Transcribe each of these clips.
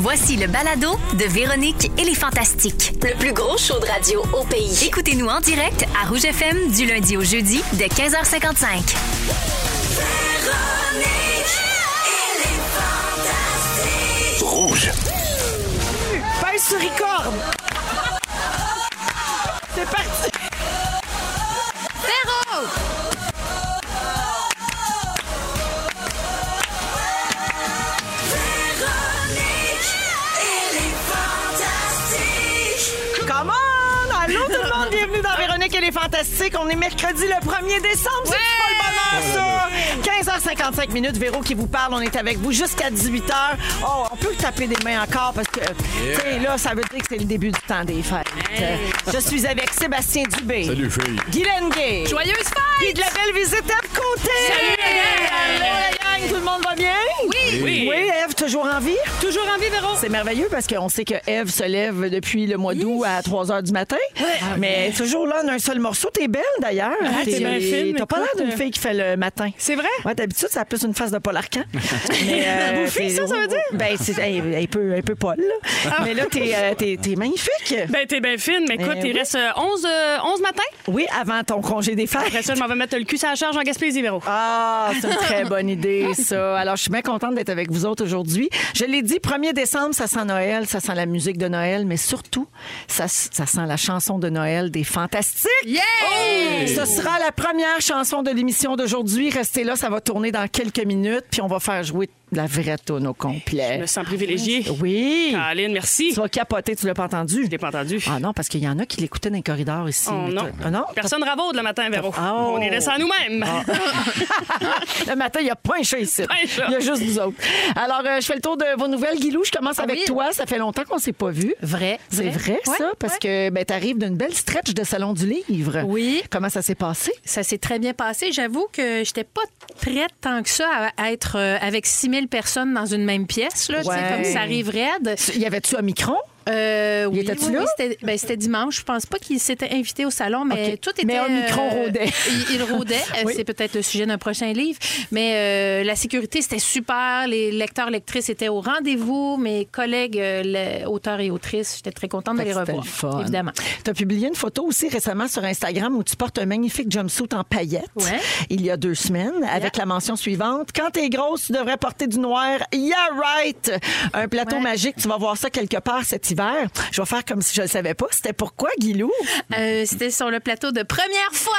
Voici le balado de Véronique et les Fantastiques. Le plus gros show de radio au pays. Écoutez-nous en direct à Rouge FM du lundi au jeudi de 15h55. Rouge. Pèse sur Ricorde. C'est parti. Come on! Allô tout le monde, bienvenue dans Véronique et les Fantastiques. On est mercredi le 1er décembre, c'est pas le bonheur ça! 15h55 minutes, Véro qui vous parle, on est avec vous jusqu'à 18h. Oh, on peut taper des mains encore parce que, tu sais, là, ça veut dire que c'est le début du temps des fêtes. Je suis avec Sébastien Dubé. Salut, fille. Guylaine Gay. Joyeuse fête! Puis de la belle visite à côté. Salut, la gang! Allô, la gang, tout le monde va bien? Oui! Oui. Oui, Eve, toujours en vie? Toujours en vie, Véro? C'est merveilleux parce qu'on sait que Eve se lève depuis le mois d'août à 3 h du matin. Ah, Mais toujours là en un seul morceau. T'es belle d'ailleurs. Ah, t'es bien fine, T'as pas écoute. l'air d'une fille qui fait le matin. C'est vrai? Ouais, d'habitude, ça a plus une face de Paul Arcan. Mais euh, bouffie, t'es- ça, ça veut dire? Ah. Ben, c'est hey, un, peu, un peu Paul, là. Mais là, t'es euh, t'es- t'es magnifique. Ben, t'es bien fine, mais écoute, Eh il oui. reste euh, 11, euh, 11 matin. Oui, avant ton congé des fêtes. Après ça, je m'en vais mettre le cul à la charge en Gaspésie, Véro. Ah, c'est une très bonne idée, ça. Alors, je suis bien contente d'être avec vous autres aujourd'hui. Je l'ai dit, 1er décembre, ça sent Noël, ça sent la musique de Noël, mais surtout, ça, ça sent la chanson de Noël des Fantastiques. Oh! Ce sera la première chanson de l'émission d'aujourd'hui. Restez là, ça va tourner dans quelques minutes, puis on va faire jouer la vraie tune au Je complet. me sens privilégiée. Oui. Aline, merci. Tu vas capoter, tu l'as pas entendu. Je l'ai pas entendu. Ah non, parce qu'il y en a qui l'écoutaient dans les corridors ici. Oh, Mais non. t'as- Ah non? t'as- Personne ravaude le matin, Véro. Oh. Ah. On est resté à nous-mêmes. le matin, il n'y a pas un chat ici. Pas un chat. Il y a juste vous autres. Alors, euh, je fais le tour de vos nouvelles. Guilou, je commence Ah avec toi. Ça fait longtemps qu'on ne s'est pas vu. Vrai. C'est vrai, ça, parce que ben, tu arrives d'une belle stretch de Salon du Livre. Oui. Comment ça s'est passé? Ça s'est très bien passé. J'avoue que j'étais pas prête tant que ça à- à être euh, avec 6000 personnes dans une même pièce. Là, Tu sais, Ouais. Comme ça arrive raide. Tu- Y avait-tu un micron? Euh, oui, était-tu oui, là? oui, c'était, ben, c'était dimanche. Je pense pas qu'il s'était invité au salon, mais OK. tout était... euh, Mais un micro rôdait. il, il rôdait. Euh, Oui. C'est peut-être le sujet d'un prochain livre. Mais euh, la sécurité, c'était super. Les lecteurs, lectrices étaient au rendez-vous. Mes collègues, euh, les auteurs et autrices, j'étais très contente de les C'était revoir. le fun. Évidemment. Tu as publié une photo aussi récemment sur Instagram où tu portes un magnifique jumpsuit en paillettes Ouais. il y a deux semaines avec la mention suivante. Quand t'es grosse, tu devrais porter du noir. Yeah right! Un plateau Ouais. magique, tu vas voir ça quelque part cet hiver. Je vais faire comme si je le savais pas. C'était pourquoi, Guilou? Euh, c'était sur le plateau de première fois.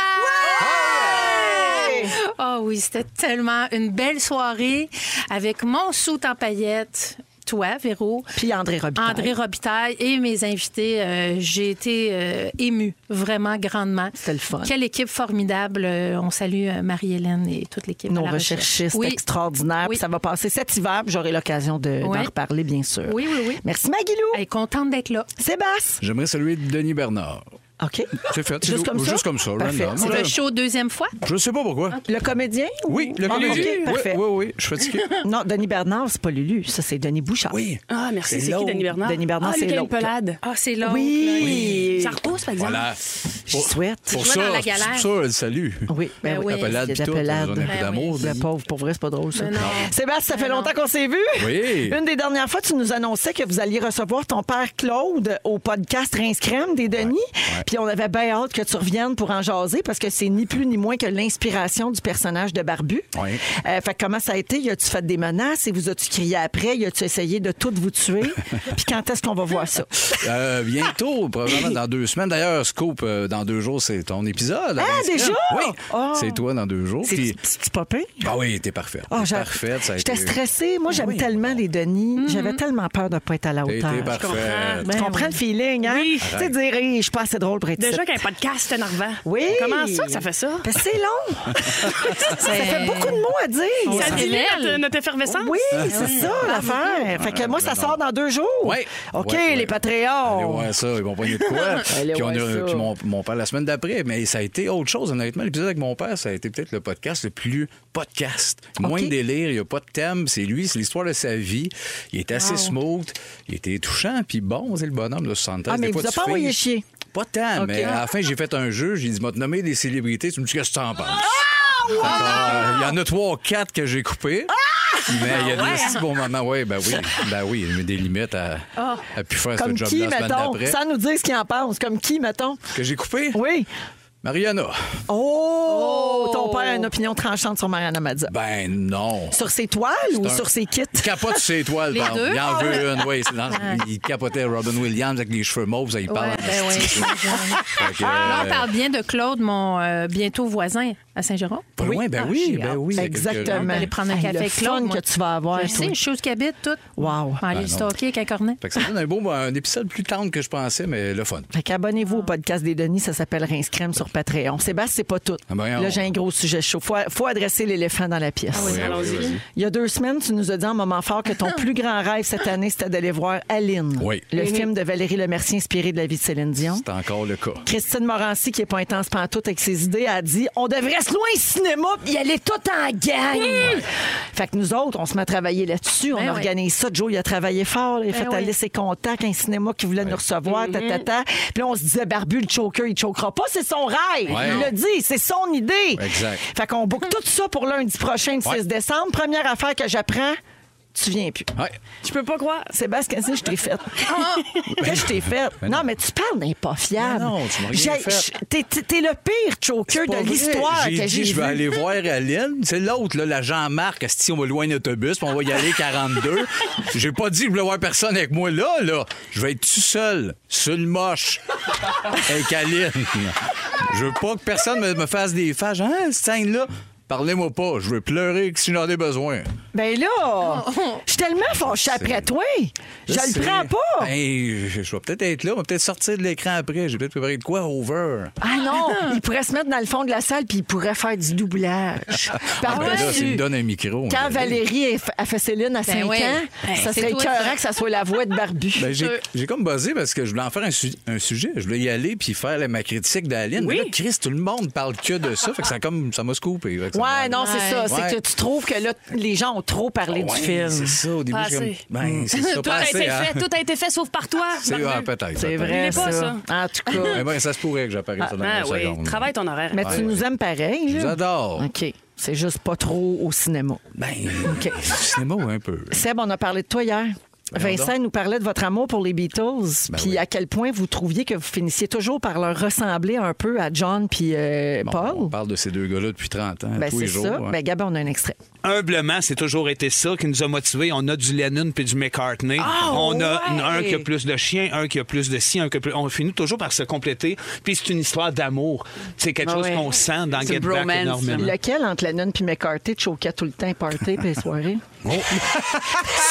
Oh oui, c'était tellement une belle soirée avec mon soute en paillettes, toi, Véro, Puis André Robitaille. André Robitaille et mes invités. Euh, J'ai été euh, émue vraiment grandement. C'était le fun. Quelle équipe formidable. Euh, on salue euh, Marie-Hélène et toute l'équipe. nos à la recherchistes recherche. Oui. extraordinaires. Oui. Puis Ça va passer cet hiver. puis J'aurai l'occasion de- d'en Ouais. reparler, bien sûr. Oui, oui, oui. Merci, Maguilou. Elle est contente d'être là. Sébastien. J'aimerais saluer Denis Bernard. OK. C'est fait. Juste c'est- comme ou ça? Juste comme ça, Parfait. random. C'est Le Ouais. show deuxième fois. Je sais pas pourquoi. Le comédien? ou- Oui, le Ah, comédien. OK, Oui, parfait. oui, oui, je suis fatigué. Non, Denis Bernard, c'est pas Lulu. Ça, c'est Denis Bouchard. Oui. Ah, merci. C'est C'est qui, l'autre. Denis Bernard? Denis Bernard, ah, c'est lui qui a une l'autre. pelade. Ah, c'est là. Oui. Ça repousse, par exemple. Voilà. J'y souhaite. Pour Je vois ça, dans la c'est pour galère. ça, le salut. Oui, ben Ben oui. oui. Appelade C'est pis tout, appelade. on a plus Ben d'amour. Le pauvre, pour vrai, c'est pas drôle, ça. Mais non. Sébastien, ça fait Mais non. longtemps qu'on s'est vu. Oui. Une des dernières fois, tu nous annonçais que vous alliez recevoir ton père Claude au podcast Rince Crème des Denis. Puis on avait bien hâte que tu reviennes pour en jaser parce que c'est ni plus ni moins que l'inspiration du personnage de Barbu. Oui. Euh, fait que comment ça a été? Y a-tu fait des menaces? Et vous a-tu crié après? Y a-tu essayé de toutes vous tuer? Puis quand est-ce qu'on va voir ça? Euh, bientôt, probablement dans deux semaines. D'ailleurs, Scoop, euh, dans deux jours, c'est ton épisode. Ah, Vingt déjà? semaines. Oui. Oh. C'est toi dans deux jours. C'est Puis... petit popin? Ah oui, t'es parfaite. Ah, T'es j'a- parfaite. ça a J'étais été- Ah stressée. Moi, j'aime tellement les Denis. Mm-hmm. J'avais tellement peur de ne pas être à la T'as été hauteur. parfaite. Tu comprends le feeling, hein? Ben Oui. Tu sais, dire, Hey, je suis pas assez drôle pour être ici. Déjà qu'un podcast, c'est énervant. Oui. Comment ça, ça fait ça? Parce que c'est long. ça fait beaucoup de mots à dire. Ça C'est dilue réel. notre, notre effervescence? Ah Oui, c'est ça l'affaire. Fait que moi, ça sort dans deux jours. Ouais. OK, Ouais, ouais. les Allez Patreons. voir ça, ils vont pogner de quoi. Allez puis, on a- voir ça. puis mon, mon père la semaine d'après. Mais ça a été autre chose, honnêtement. L'épisode avec mon père, ça a été peut-être le podcast le plus podcast. Moins OK. de délire, il n'y a pas de thème. C'est lui, c'est l'histoire de sa vie. Il était assez smooth, il était touchant, puis bon, c'est le bonhomme de 73. Ah, mais Des il fois, vous a tu pas figes. envoyé chier. Pas tant, OK. mais à la fin, j'ai fait un jeu. J'ai dit, m'a nommé des Ah, célébrités. Tu me dis, qu'est-ce que t'en penses? Fait que, euh, Il y en a trois, quatre que j'ai coupées. Mais il y a des si bons moments. Oui, ben oui. Ben oui, il met des limites à, à pu faire Comme ce job qui, la semaine mettons? d'après. Sans nous dire ce qu'il en pense. Comme qui, mettons? Que j'ai coupé? Oui. Mariana. Oh! Ton père a une opinion tranchante sur Mariana Mazza. Ben non. Sur ses toiles ou un- sur ses kits? Il capote sur ses toiles, Les par exemple. deux? Il en Ah veut une, oui. c'est dans- Il capotait Robin Williams avec les cheveux mauves, ça, il parle Ouais, en ben esti. oui. Ah, Fait que, Là, on euh, parle bien de Claude, mon euh, bientôt voisin à Saint-Jérôme. pas loin, ben Ah, oui, j'ai ben hâte. oui. c'est quelque- hein. Exactement. Aller prendre un Hey, café le avec Claude, fun moi. que tu vas avoir. Je toi. sais, je suis aux cabites, tout. Wow. On va aller Ben le non. stalker avec un cornet. Fait que ça donne un beau un épisode plus tendre que je pensais, mais le fun. Fait qu'abonnez-vous au podcast des Denis, ça s'appelle Rince Crème sur Patreon. Sébastien, c'est pas tout. Ah ben, on- Là, j'ai un gros sujet chaud. Faut, faut adresser l'éléphant dans la pièce. Ah Oui, allons-y. oui, vas-y. Il y a deux semaines, tu nous as dit en moment fort que ton plus grand rêve cette année, c'était d'aller voir Aline. Oui. Le film de Valérie Lemercier inspiré de la vie de Céline Dion. C'est encore le cas. Christine Morancy, qui est pas intense pantoute avec ses idées, a dit on devrait se loin cinéma puis y aller tout en gang. Fait que nous autres, on se met à travailler là-dessus. on Ben oui. organise ça. Joe, il a travaillé fort. là. Il a fait oui. aller ses contacts, un cinéma qui voulait nous recevoir, ta, ta, ta. Puis là, on se disait barbu, le choker, il chokera pas. C'est son rêve. Ouais. Il l'a dit. C'est son idée. Exact. Fait qu'on boucle tout ça pour lundi prochain, le Ouais. 6 décembre. Première affaire que j'apprends, tu viens plus. Ouais. Je peux pas croire. Sébastien, qu'est-ce que je t'ai fait? Qu'est-ce que je t'ai fait? Ah! Ben non. non. mais tu parles n'est pas fiable. Mais non, tu m'as rien J'ai- fait. je- T'es, t'es- t'es le pire choker C'est pas de vrai. l'histoire que J'ai j'ai dit, je vais vu. aller voir Aline. C'est l'autre, là, la Jean-Marc. Si on va loin un autobus, puis on va y aller 42. J'ai pas dit que je voulais voir personne avec moi là, là. Je vais être tout seul, sur le moche, avec Aline. Je veux pas que personne me, me fasse des fâches. Hein, cette scène-là, parlez-moi pas. Je veux pleurer que si j'en ai besoin. Ben Oh. là, je suis tellement fâchée après toi. Je Là, le c'est- prends pas. Ben, je, je vais peut-être être là, on va peut-être sortir de l'écran après. J'ai peut-être préparé de quoi, over. Ah non, il pourrait se mettre dans le fond de la salle puis il pourrait faire du doublage. Ah, ben là, Par-dessus. s'il me donne un micro. on Quand va y aller. Valérie a fait- a fait Céline à 5 ouais. ans, Ben, ça c'est serait toi, écœurant ça. que ça soit la voix de Barbu. Ben, j'ai, j'ai comme buzzé parce que je voulais en faire un, su- un sujet. Je voulais y aller puis faire la- ma critique d'Aline. Oui. Mais là, Chris, tout le monde parle que de ça. Fait que ça, comme, ça m'a scoopé. Fait que ça ouais, m'a- non, c'est ça. Ouais. C'est que tu trouves que là, les gens ont trop parlé Ouais, du film. Mm. C'est ça, au début, Pas j'ai comme. assez. Ben, c'est ça, Tout pas a assez, été hein. fait, tout a été fait sauf par toi. C'est, Barbu. ah, peut-être. C'est peut-être. vrai, Il est pas, ça. ben En tout cas. Eh ben, ça se pourrait que j'apparaisse dans Ah une oui, seconde. travaille ton horaire. Mais tu ouais. nous aimes pareil. Je là. vous adore. OK. C'est juste pas trop au cinéma. Ben, OK. cinéma un peu. Seb, on a parlé de toi hier. Vincent donc. Ben nous parlait de votre amour pour les Beatles, puis oui. à quel point vous trouviez que vous finissiez toujours par leur ressembler un peu à John puis euh, Bon, On Paul. parle de ces deux gars-là depuis 30 ans, Ben, tous c'est les jours. ça. hein. Ben, Gabin, on a un extrait. humblement, c'est toujours été ça qui nous a motivés. On a du Lennon puis du McCartney. Ah, on a un qui a plus de chien, un qui a plus de ci, un qui a plus... On finit toujours par se compléter. Puis c'est une histoire d'amour. C'est quelque Ah chose ouais. qu'on sent dans C'est Get une Back bromance. Hum. énormément. Lequel entre Lennon puis McCarthy te choquait tout le temps, party puis les soirées?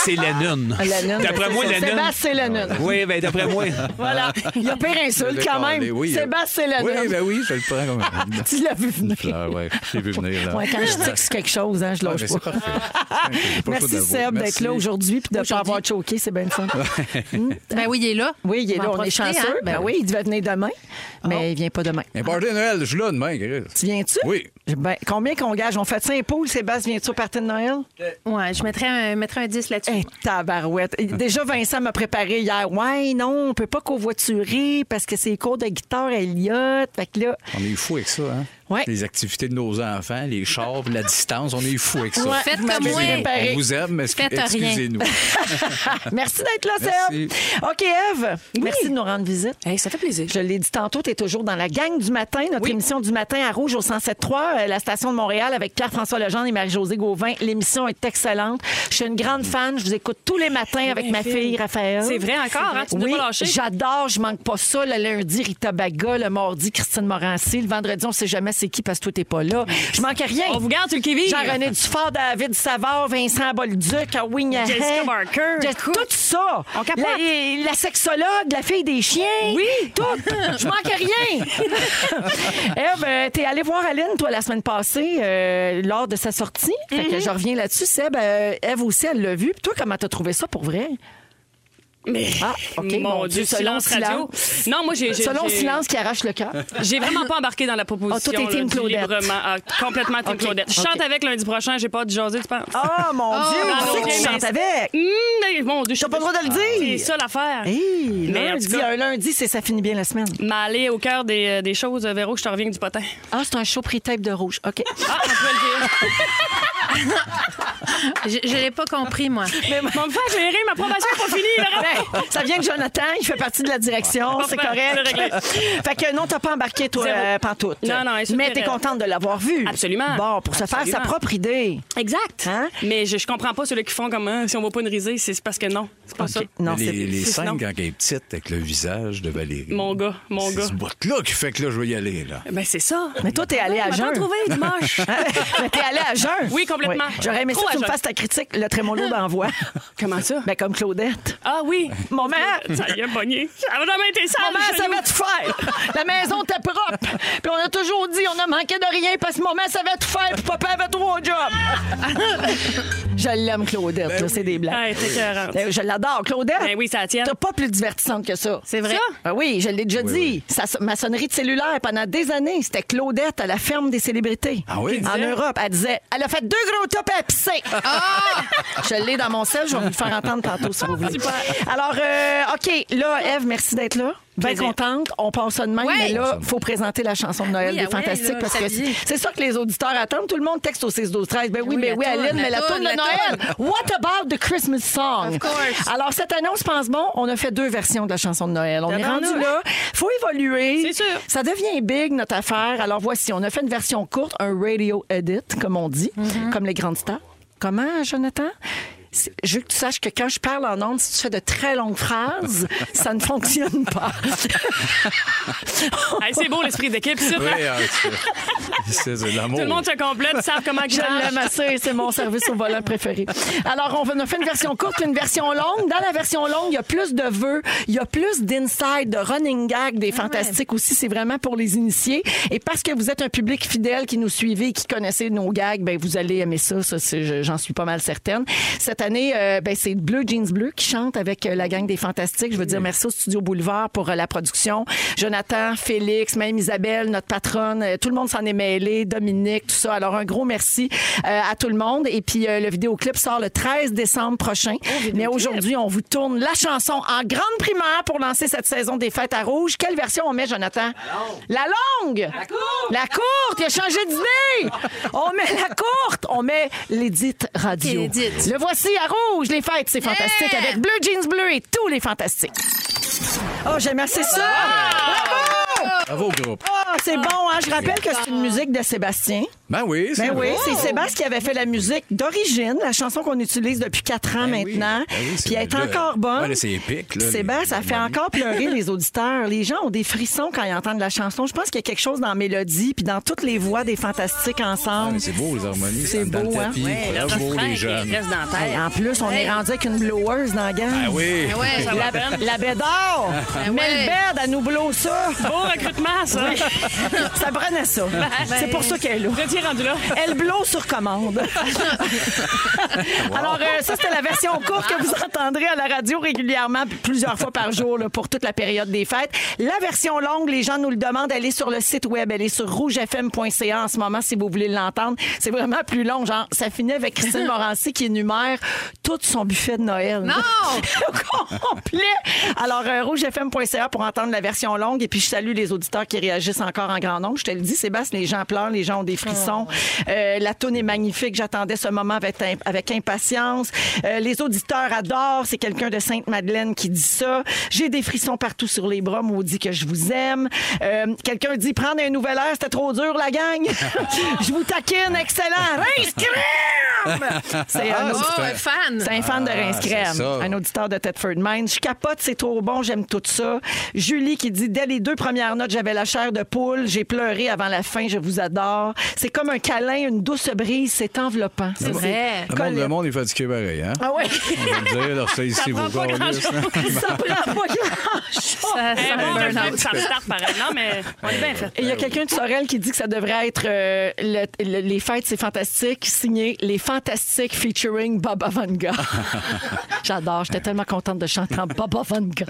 C'est Lennon. Ah, Lennon, D'après ben, moi, c'est ça. Lennon... Sébastien, c'est Ah Lennon. Oui, ben d'après moi. Voilà. Il y a pire insulte quand même. Oui, Sébastien, c'est euh, Lennon. Oui, ben oui, je le prends comme une Tu l'as vu venir. fleur, ouais. Je l'ai vu venir, là. Ouais, quand je dis que c'est quelque chose, hein, je Ah, lâche ben, pas. c'est parfait. J'ai pas le choix Merci d'avouer. Seb d'être Merci. là aujourd'hui puis de ne pas avoir choqué, c'est bien le fun. Ben oui, il est là. Oui, il est va là, en on est profiter, hein. Ah. chanceux. Ben oui, il devait venir demain, mais il vient pas demain. Un party de Noël, je suis là demain, Chris. Tu viens-tu? Oui. Ben, combien qu'on gage? On fait ça un pool, Sébastien, viens-tu au party de Noël? Ben, Ouais, je mettrais un, mettrais un 10 là-dessus. Hey, tabarouette. Déjà, Vincent m'a préparé hier. Ouais, non, on peut pas covoiturer parce que c'est cours de guitare à Elliott. Fait que là, On est fous avec ça, hein? Ouais. Les activités de nos enfants, les chars, la distance, on est fous avec ça. Ouais, Faites vous comme m'avez moi. préparé. On vous aime, mais excu- Faites rien. excusez-nous. Merci d'être là, Seb. Merci. OK, Eve, merci de nous rendre visite. Hey, ça fait plaisir. Je l'ai dit tantôt, tu es toujours dans la gang du matin, notre émission du matin à Rouge au 107.3, euh, la station de Montréal avec Pierre-François Lejeune et Marie-Josée Gauvin. L'émission est excellente. Je suis une grande fan. Je vous écoute tous les matins avec ma fille, Raphaël. C'est vrai encore, hein? Tu ne oui, peux pas lâcher. j'adore, je manque pas ça. Le lundi, Rita Baga, le mardi, Christine Morancy, le vendredi, on sait jamais c'est qui parce que toi t'es pas là. Je manque rien. On vous garde sur le Kevin. Jean-René Dufort, David Savard, Vincent Bolduc, Wing Jessica Barker. Tout ça. On capote. La, la sexologue, la fille des chiens. Oui. Tout. Je manque rien. Eve, euh, t'es allée voir Aline, toi, la semaine passée, euh, lors de sa sortie. Fait que je reviens là-dessus. Seb, euh, Eve aussi, elle l'a vu. Puis toi, comment t'as trouvé ça pour vrai? Mais Ah, OK. mon Dieu, selon silence, radio. Non, moi, j'ai... j'ai- Selon j'ai- silence qui arrache le cœur. J'ai vraiment pas embarqué dans la proposition. Ah, toi, t'es là, team du Claudette. librement. Ah, complètement Team OK, Claudette. Je OK. chante avec lundi prochain, j'ai pas de jaser, tu penses? Ah, mon Dieu! Ah, non, c'est que OK, tu mais- chantes avec? Hum, mais mon Dieu, je T'as pas le droit de Hein? le dire. C'est ça l'affaire. Hey, Mais en lundi, tout cas- un lundi, c'est ça finit bien la semaine. Mais aller au cœur des, euh, des choses, euh, Véro, que je te reviens avec du potin. Ah, c'est un show pré-tape de rouge. OK. Ah, on peut le dire. Hein? Je ne l'ai pas compris, moi. Mais mon frère, j'ai ri, ma probation n'est pas finie. là. Ben, ça vient de Jonathan, il fait partie de la direction, c'est Parfait, c'est réglé. correct. fait que non, t'as pas embarqué, toi, Zéro. euh, pantoute. Non, non, insulte Mais t'es réelle. contente de l'avoir vu. Absolument. Bon, pour se faire Absolument. sa propre idée. Exact. Hein? Mais je, je comprends pas ceux-là qui font comme hein, si on voit pas une risée, c'est c'est parce que non. C'est pas OK. ça. Non, les, c'est les c'est- scènes non. quand elle est petite avec le visage de Valérie. Mon gars, mon C'est gars. ce bout-là qui fait que là, je vais y aller. Là. Ben c'est ça. Mais toi, t'es allé à On va t'en jeun. trouver une moche. Mais t'es allé à jeun. Oui, complètement. J'aurais aimé ça Trop que tu à me jeun. fasses ta critique, le trémolo d'envoi. Comment ça? Ben, comme Claudette. ah oui. Mon mère, Ça y est, bonnier. Ça va jamais été ça. Maman, le ça genou. va tout faire. La maison était propre. Puis on a toujours dit, on a manqué de rien parce que maman savait tout faire. Puis papa avait trois jobs. je l'aime, Claudette. là, C'est des blagues. Ouais, t'es Ah, écœurante. Euh, Je l'adore, Claudette. Ben oui, c'est la tienne. T'as pas plus divertissante que ça. C'est vrai. Ça? Ben oui, je l'ai déjà dit. Sa- ma sonnerie de cellulaire, pendant des années, c'était Claudette à la ferme des célébrités. Ah oui? En Europe. Elle disait Elle a fait deux gros tops à pisser. je l'ai dans mon sel, je vais vous le faire entendre tantôt si vous voulez. Alors, euh, OK, là, Eve, merci d'être là. Bien Plaisir. contente. On passe ça de même, Ouais. mais là, faut présenter la chanson de Noël Oui, des ah ouais, Fantastiques là, parce que s'habiller. c'est ça que les auditeurs attendent. Tout le monde texte au 6 12 13 Ben oui, Oui, ben la oui, toune, Aline, mais la la tourne de toune, la Noël. What about the Christmas song? Of course. Alors, cette annonce pense bon, on a fait deux versions de la chanson de Noël. On est Tabarnak. rendu là. faut évoluer. C'est sûr. Ça devient big, notre affaire. Alors, voici, on a fait une version courte, un radio edit, comme on dit, comme les grandes stars. Comment, Jonathan? C'est- Je veux que tu saches que quand je parle en ondes, si tu fais de très longues phrases, ça ne fonctionne pas. Hey, c'est beau l'esprit d'équipe, ça. Oui, ah, c'est- c'est de l'amour. Tout le monde se complète, ils savent comment Je ils l'aime assez, c'est mon service au volant préféré. Alors, on a fait une version courte, une version longue. Dans la version longue, il y a plus de vœux, il y a plus d'inside, de running gag, des fantastiques aussi. C'est vraiment pour les initiés. Et parce que vous êtes un public fidèle qui nous suivez et qui connaissez nos gags, ben vous allez aimer ça. ça c'est- je- j'en suis pas mal certaine. Cette année, euh, ben, c'est Bleu Jeans Bleu qui chante avec euh, la gang des fantastiques. Je veux dire merci au Studio Boulevard pour euh, la production. Jonathan, Félix, même Isabelle, notre patronne, euh, tout le monde s'en est mêlé, Dominique, tout ça. Alors, un gros merci euh, à tout le monde. Et puis, euh, le vidéoclip sort le 13 décembre prochain. Mais aujourd'hui, on vous tourne la chanson en grande primaire pour lancer cette saison des fêtes à rouge. Quelle version on met, Jonathan? La longue. La longue! La courte! La courte! Il a changé d'idée! on met la courte! On met l'édite radio. Ok, l'édite. Le voici à rouge, les fêtes, c'est fantastique, avec bleu, jeans bleu et tous les fantastiques. Oh, j'aime assez ça! Bravo! Bravo, groupe. Ah, c'est bon, hein? Je rappelle que c'est une musique de Sébastien. Ah. Ben oui, c'est Ben oui, vrai. c'est Sébastien qui avait fait la musique d'origine, la chanson qu'on utilise depuis quatre ans Ben oui, maintenant. ben oui, c'est Puis elle est là, encore bonne. ouais, là, c'est épique, là, les- Sébastien, ça les fait mamies. encore pleurer les auditeurs. Les gens ont des frissons quand ils entendent la chanson. Je pense qu'il y a quelque chose dans la mélodie puis dans toutes les voix des fantastiques Ah, ensemble. mais c'est beau, les harmonies. C'est C'est beau, beau, hein? Bravo, les jeunes. Reste dans la tête. Hey, en plus, on est rendu avec une bloweuse dans la gang. Ah oui. Ah ouais, ça va. La, ben. la Bédard! Mets le bed, elle nous blow ça! Beau recrutement, ça. ça prenait ça. C'est pour ça qu'elle est là. Vous étiez rendu là. Elle blow sur commande. Alors, euh, ça, c'était la version courte que vous entendrez à la radio régulièrement, plusieurs fois par jour, là, pour toute la période des fêtes. La version longue, les gens nous le demandent, elle est sur le site web, elle est sur rougefm.ca en ce moment, si vous voulez l'entendre. C'est vraiment plus long, genre, ça finit avec Christine Morancy qui énumère tout son buffet de Noël. Non! complet. Alors, euh, rougefm.ca pour entendre la version longue. Et puis, je salue les auditeurs qui réagissent encore en grand nombre. Je te le dis, Sébastien, les gens pleurent, les gens ont des frissons. Euh, la toune est magnifique. J'attendais ce moment avec, im- avec impatience. Euh, les auditeurs adorent. C'est quelqu'un de Sainte-Madeleine qui dit ça. J'ai des frissons partout sur les bras. Maudit que je vous aime. Euh, quelqu'un dit prendre un nouvel air, c'était trop dur, la gang. je vous taquine. Excellent. Rince crème! C'est un Ah, autre- Oh, un fan. c'est un fan de Reims Crème, c'est ça. un auditeur de Tedford Mines. Je capote, c'est trop bon, j'aime tout ça. Julie qui dit dès les deux premières notes, j'avais la chair de poule, j'ai pleuré avant la fin, je vous adore. C'est comme un câlin, une douce brise, c'est enveloppant. C'est vrai. Le monde, le monde est fatigué pareil, hein? Ah ouais. On va le dire, alors ça ici, prend vos pas câlisses, hein? Ça prend pas grand-chose. Ça, Eh, ça bon, burn recrutement, out. ça restart pareil. Non, mais on est bien fait. Et Il y Ben a quelqu'un de Sorel qui dit que ça devrait être euh, le- le- Les Fêtes, c'est fantastique, signé Les Fantastiques featuring Baba Vanga. J'adore, j'étais tellement contente de chanter en Baba Vanga.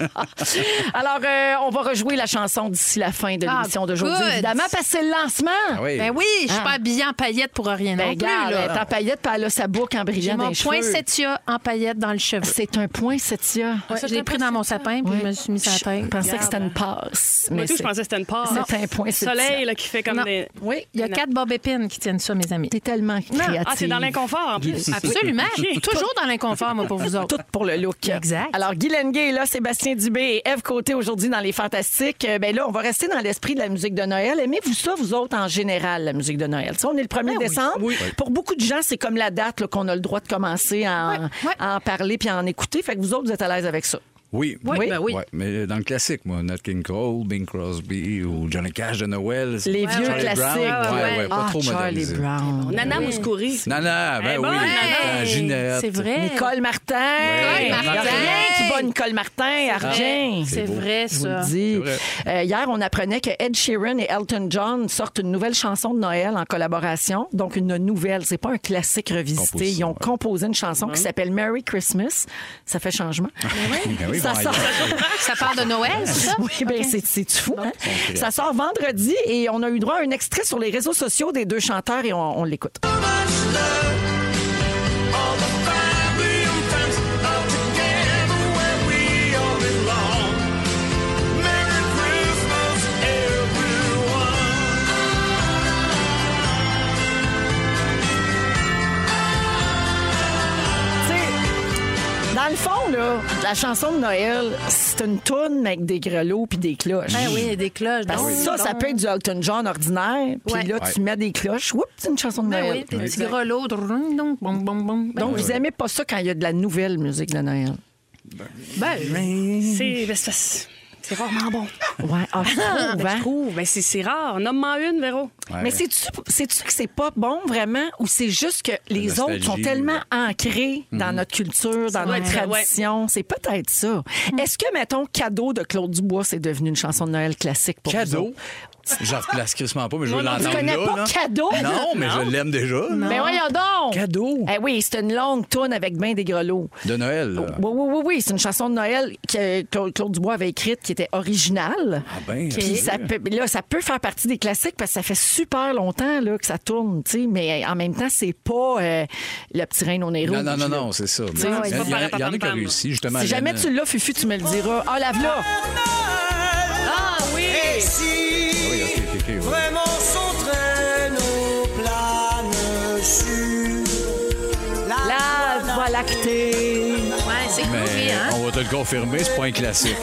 Alors, euh, on va rejouer la chanson d'ici la fin de Ah, l'émission d'aujourd'hui, good. évidemment, parce que c'est le lancement. Ah oui. Ben oui, je suis Ah, pas habillée en paillettes pour rien Ben, non plus. regarde, là. elle est en paillettes, puis elle a sa boucle en J'ai brillant dans mon les cheveux. Ah, poinsettia en paillettes dans le cheveu. C'est un point septia. Ouais, je l'ai pris dans mon sapin, puis je me suis mis sur la Je tête. pensais que Regarde. c'était une passe. Moi, Mais tout, je c'est- pensais que c'était une part. c'est un point septia. soleil là, qui fait comme Non. des. Oui, Il y a quatre bob épines qui tiennent ça, mes amis. T'es tellement créative. Ah, c'est dans l'inconfort en plus. Absolument. Toujours dans l'inconfort, moi, pour vous autres. Tout pour le look. Exact. Alors, Guy Lenguet est là, Sébastien Dubé et Eve Côté aujourd'hui dans Les Fantastiques. Euh, Ben là, on va rester dans l'esprit de la musique de Noël. Aimez-vous ça, vous autres, en général, la musique de Noël? Ça, on est le 1er décembre. Pour beaucoup de gens, c'est comme la date là, qu'on a le droit de commencer à en, Ouais. à en parler puis à en écouter. Fait que vous autres, vous êtes à l'aise avec ça. Oui, Oui, ben oui. Ouais, mais dans le classique, moi, Nat King Cole, Bing Crosby ou Johnny Cash de Noël. c'est- Les vieux Charlie classiques. Brown, ouais, ouais, pas ah, trop Charlie modernisé. Brown. Nana Mouskouri. Nana, ben Eh oui, ben, Nana, Hey, Ginette. C'est vrai. Nicole Martin. Ouais. Il n'y a Martin. rien qui bat Nicole Martin. Il y a C'est vrai. rien. C'est C'est beau. vrai, Je vous le ça. dis. vrai. Euh, hier, on apprenait que Ed Sheeran et Elton John sortent une nouvelle chanson de Noël en collaboration. Donc, une nouvelle. C'est pas un classique revisité. Composition, Ils ont ouais. composé une chanson qui s'appelle Merry Christmas. Ça fait changement. Ben oui, Ça bon, sort. Ça part de Noël, c'est ça? Oui, ben c'est- c'est-tu fou, hein? Ça sort vendredi et on a eu droit à un extrait sur les réseaux sociaux des deux chanteurs et on, on l'écoute. T'sais, Dans le fond, là, la chanson de Noël, c'est une toune mais avec des grelots puis des cloches. Ben oui, des cloches. Ah Parce que donc, ça, ça donc. peut être du Elton John ordinaire. Puis Ouais. là, tu mets des cloches. Oups, c'est une chanson de Ben Noël. oui, des petits grelots. drum, dum, bum, bum, bum. Ben Donc, vous aimez pas ça quand il y a de la nouvelle musique de Noël? C'est ben, c'est- c'est rarement bon. Ouais, ah, je trouve, Ben, hein? je trouve. Ben, c'est c'est rare. Nomme-moi une, Véro. Ouais. Mais sais-tu sais-tu que c'est pas bon vraiment ou c'est juste que les nostalgie, Mhm. autres sont tellement ancrés dans notre culture, dans notre doit être ça, ouais. tradition? C'est peut-être ça. Est-ce que, mettons, Cadeau de Claude Dubois, c'est devenu une chanson de Noël classique pour vous? Cadeau. autres? Je replace crissement pas, mais je veux non, tu l'entendre là. connais pas là. Cadeau? Non, mais je l'aime déjà. Mais Ben voyons donc! Cadeau. Eh oui, c'est une longue toune avec ben des grelots. De Noël. là. Oui, oui, oui, oui. C'est une chanson de Noël que Claude Claude Dubois avait écrite qui était originale. Ah ben, Puis c'est ça vrai. peut, là, ça peut faire partie des classiques parce que ça fait super longtemps là, que ça tourne, tu sais, mais en même temps, c'est pas euh, le petit reine au nez rouge. Non, non, non, non, c'est ça. Il y, en- ouais, il y en- c'est pas il y en a qui ont paratapam. réussi, justement. Si jamais Lana. tu l'as, Fufu, tu me le diras. Ah, lave-la! Ah oui! Ah Oui, hein. ok, ok, ok, ouais. Vraiment s'entraîne au plane sur la La voie lactée! Ouais, c'est Mais cool, hein? Euh, on va te le confirmer, c'est pas un classique.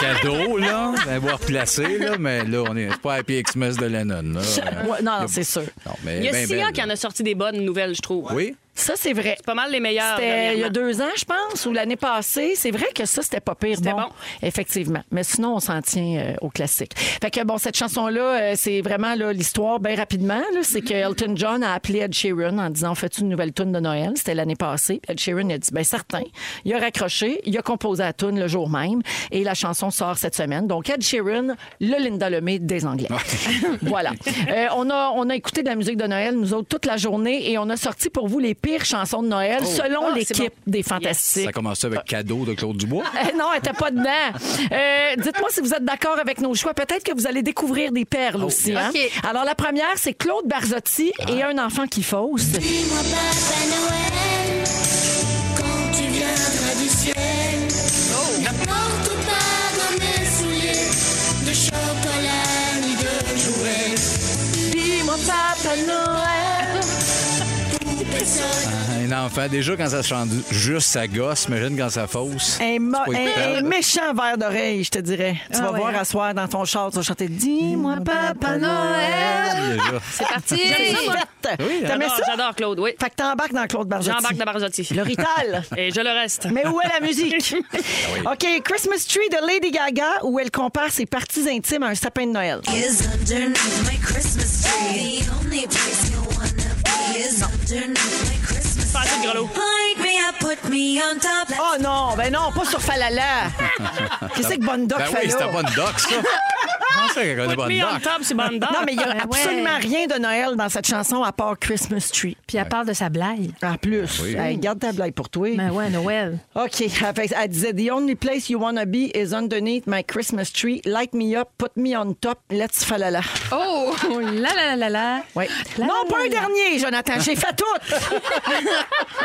Cadeau, là, ben, voir placé, là, mais là, on est c'est pas Happy Xmas de Lennon. Là. Ouais, non, non, c'est sûr. Non, mais Il y a ben Sia belle, qui en là. a sorti des bonnes nouvelles, je trouve. Oui? Ça, c'est vrai. Pas mal les meilleures. C'était il y a dernièrement. deux ans, je pense, ou l'année passée. C'est vrai que ça, c'était pas pire. C'était bon, bon. Effectivement. Mais sinon, on s'en tient euh, au classique. Fait que, bon, cette chanson-là, euh, c'est vraiment là, l'histoire, bien rapidement. là, c'est que Elton John a appelé Ed Sheeran en disant Fais-tu une nouvelle tune de Noël C'était l'année passée. Ed Sheeran a dit Ben, certain. Il a raccroché, il a composé la tune le jour même et la chanson sort cette semaine. Donc, Ed Sheeran, le Linda Lemay des Anglais. voilà. Euh, on, a, on a écouté de la musique de Noël, nous autres, toute la journée et on a sorti pour vous les pires chansons de Noël selon Ah, c'est l'équipe des Fantastiques. Ça a commencé avec Cadeau de Claude Dubois. Eh non, elle n'était pas dedans. Euh, Dites-moi si vous êtes d'accord avec nos choix. Peut-être que vous allez découvrir des perles Oh, aussi. hein. OK. Alors, la première, c'est Claude Barzotti et Ah. un enfant qui fausse. Dis-moi, Papa Noël, quand tu viendras du ciel, Oh. n'apporte pas dans mes souliers de chocolat ni de jouets. Dis-moi, Papa Noël. Un enfant, déjà, quand ça se chante juste, ça gosse. Imagine quand ça fausse. Un, mo- C'est pas un- évident. un méchant verre d'oreille, je te dirais. Tu vas ouais, voir hein? à soir dans ton char, tu vas chanter Ah Dis-moi, Papa Noël. Déjà. C'est parti! Faites. T'aimais J'adore, ça? J'adore Claude, oui. Fait que t'embarques dans Claude Barzotti. J'embarque de Barzotti. Le Rital. Et je le reste. Mais où est la musique? OK, Christmas Tree de Lady Gaga, où elle compare ses parties intimes à un sapin de Noël. Is underneath my Christmas tree. The only place you wanna be is underneath my Christmas tree. Passez de grelot. Point me up, put me on top. Oh non, ben non, pas sur Falala. Qu'est-ce que Bonne Doc Ben fait oui, là? c'était pas une doc, ça. ça qu'elle connaît pas Put de me on bac? top, c'est Banda. Non, mais il n'y a Ouais. absolument rien de Noël dans cette chanson à part Christmas Tree. Puis elle parle de sa blague. En plus, Hey, garde ta blague pour toi. Ben ouais, Noël. OK. Fait que Elle disait The only place you wanna be is underneath my Christmas tree. Light me up, put me on top, let's falala. Oh, la la la la la. Oui. La, non, la, pas la, un la. dernier, Jonathan. J'ai fait tout.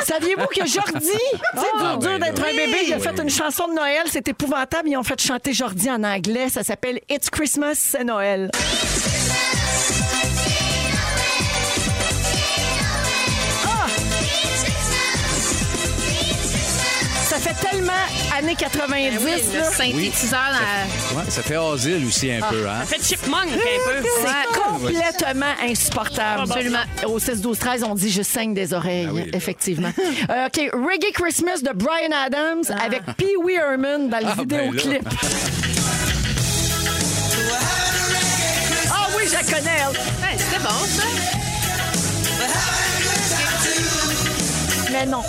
Saviez-vous que Jordi, Ah, tu sais, dur, dur ben d'être un bébé, il a fait une chanson de Noël. C'est épouvantable. Ils ont fait chanter Jordi en anglais. Ça s'appelle It's Christmas, c'est Noël. Ah! Ça fait tellement années 90. Ben Oui, le là. synthétiseur. dans- Ouais, ça fait asile aussi Ah. un peu, hein? Fait chipmunk un peu. C'est complètement insupportable. Absolument. Au 6-12-13, on dit je saigne des oreilles, Ah effectivement. Euh, OK, Reggae Christmas de Brian Adams avec Pee Wee Herman dans le Ah, ben vidéoclip. là. Ah oui, je la connais. elle. Ouais, C'était bon, ça? Mais non,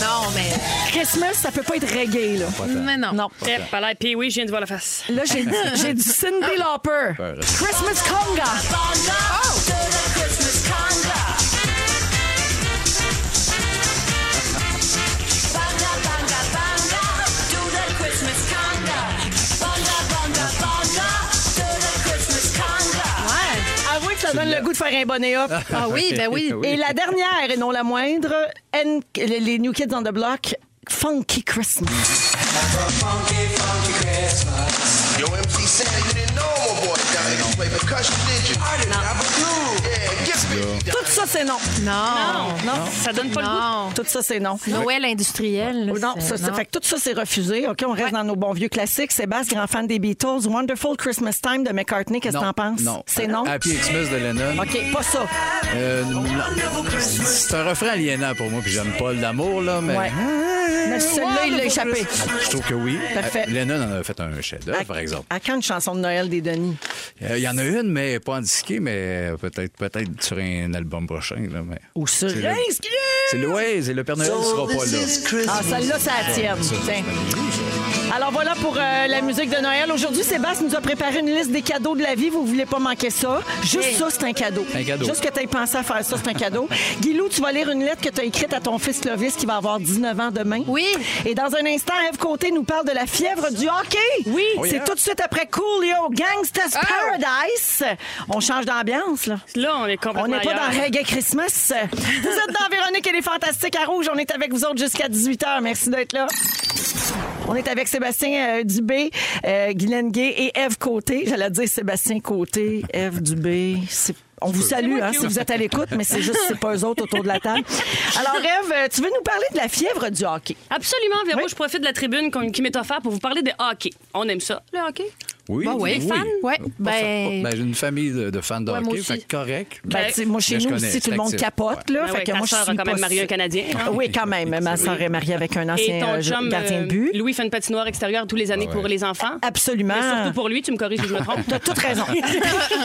Non, mais. Christmas, ça peut pas être reggae, là. Mais non. Non. Step, à l'air, puis oui, je viens de voir la face. Là, j'ai du, j'ai du Cindy Lauper. Christmas Conga. Ouais. Avouez que ça donne le goût de faire un bonnet up. Ah oui, ben oui. Et la dernière, et non la moindre, N- les New Kids on the Block, Funky Christmas. Yo, MC Sandy didn't know my boy down here play percussion, did you? I didn't have a clue. Yeah, give me. Tout ça, c'est non. Non. Non, Ça donne pas le goût. Non. tout ça, c'est non. Noël industriel. là, Non, ça, c'est- non. fait que tout ça, c'est refusé. OK, on reste dans nos bons vieux classiques. Sébastien, grand fan des Beatles. Wonderful Christmas Time de McCartney, qu'est-ce que t'en penses? Non. C'est non? Happy Xmas de Lennon. OK, pas ça. Euh, non. c'est un refrain aliénant pour moi, puis j'aime pas l'amour, là, mais. Ouais. Mais celui-là, il l'a échappé. Je trouve que oui. Parfait. Euh, Lennon en a fait un Ah, chef-d'œuvre, par exemple. À quand une chanson de Noël des Denis? Euh, Il y en a une, mais pas en disqué, mais peut-être peut-être sur un album prochain. Là, mais... Ou sur... C'est le- C'est le, ouais, c'est le Père Noël sera pas là. Ah, celle-là, c'est la tienne. Tiens. Alors voilà pour euh, la musique de Noël. Aujourd'hui, Sébastien nous a préparé une liste des cadeaux de la vie. Vous voulez pas manquer ça. Juste ça, c'est un cadeau. Un cadeau. Juste que tu aies pensé à faire ça, c'est un cadeau. Guilou, tu vas lire une lettre que tu as écrite à ton fils Clovis qui va avoir 19 ans demain. Oui. Et dans un instant, Eve Côté nous parle de la fièvre du hockey. Oui. Oh, C'est tout de suite après Coolio, Gangsta's Paradise. On change d'ambiance, là. Là, on est complètement. On n'est pas dans ailleurs. Reggae Christmas. Vous êtes dans Véronique et les Fantastiques à Rouge. On est avec vous autres jusqu'à 18h. Merci d'être là. On est avec Sébastien euh, Dubé, euh, Guylaine Gay et Eve Côté. J'allais dire Sébastien Côté, Eve Dubé. C'est- On vous salue hein, si vous êtes à l'écoute, mais c'est juste c'est pas eux autres autour de la table. Alors, Eve, euh, tu veux nous parler de la fièvre du hockey? Absolument, Véro, Oui. je profite de la tribune qu'on- qui m'est offerte pour vous parler des hockey. On aime ça, le hockey. Oui, Bah oui, fan. Ouais, Pas ben- fan. Ben, J'ai une famille de, de fans de Ouais, moi hockey, aussi. fait que correct. Ben, tu sais, moi, chez Mais je nous connais, aussi, tout c'est le monde actif. capote. Là, Ben fait ouais, que ta moi, je sœur a suis quand même pas marié un sûre. Canadien, hein? Oui, quand même. Ma sœur est mariée avec un Et ancien ton euh, chum, gardien de euh, but. Louis fait une patinoire extérieure tous les années pour les enfants. Absolument. Mais surtout pour lui, tu me corriges si je me trompe. T'as toute raison.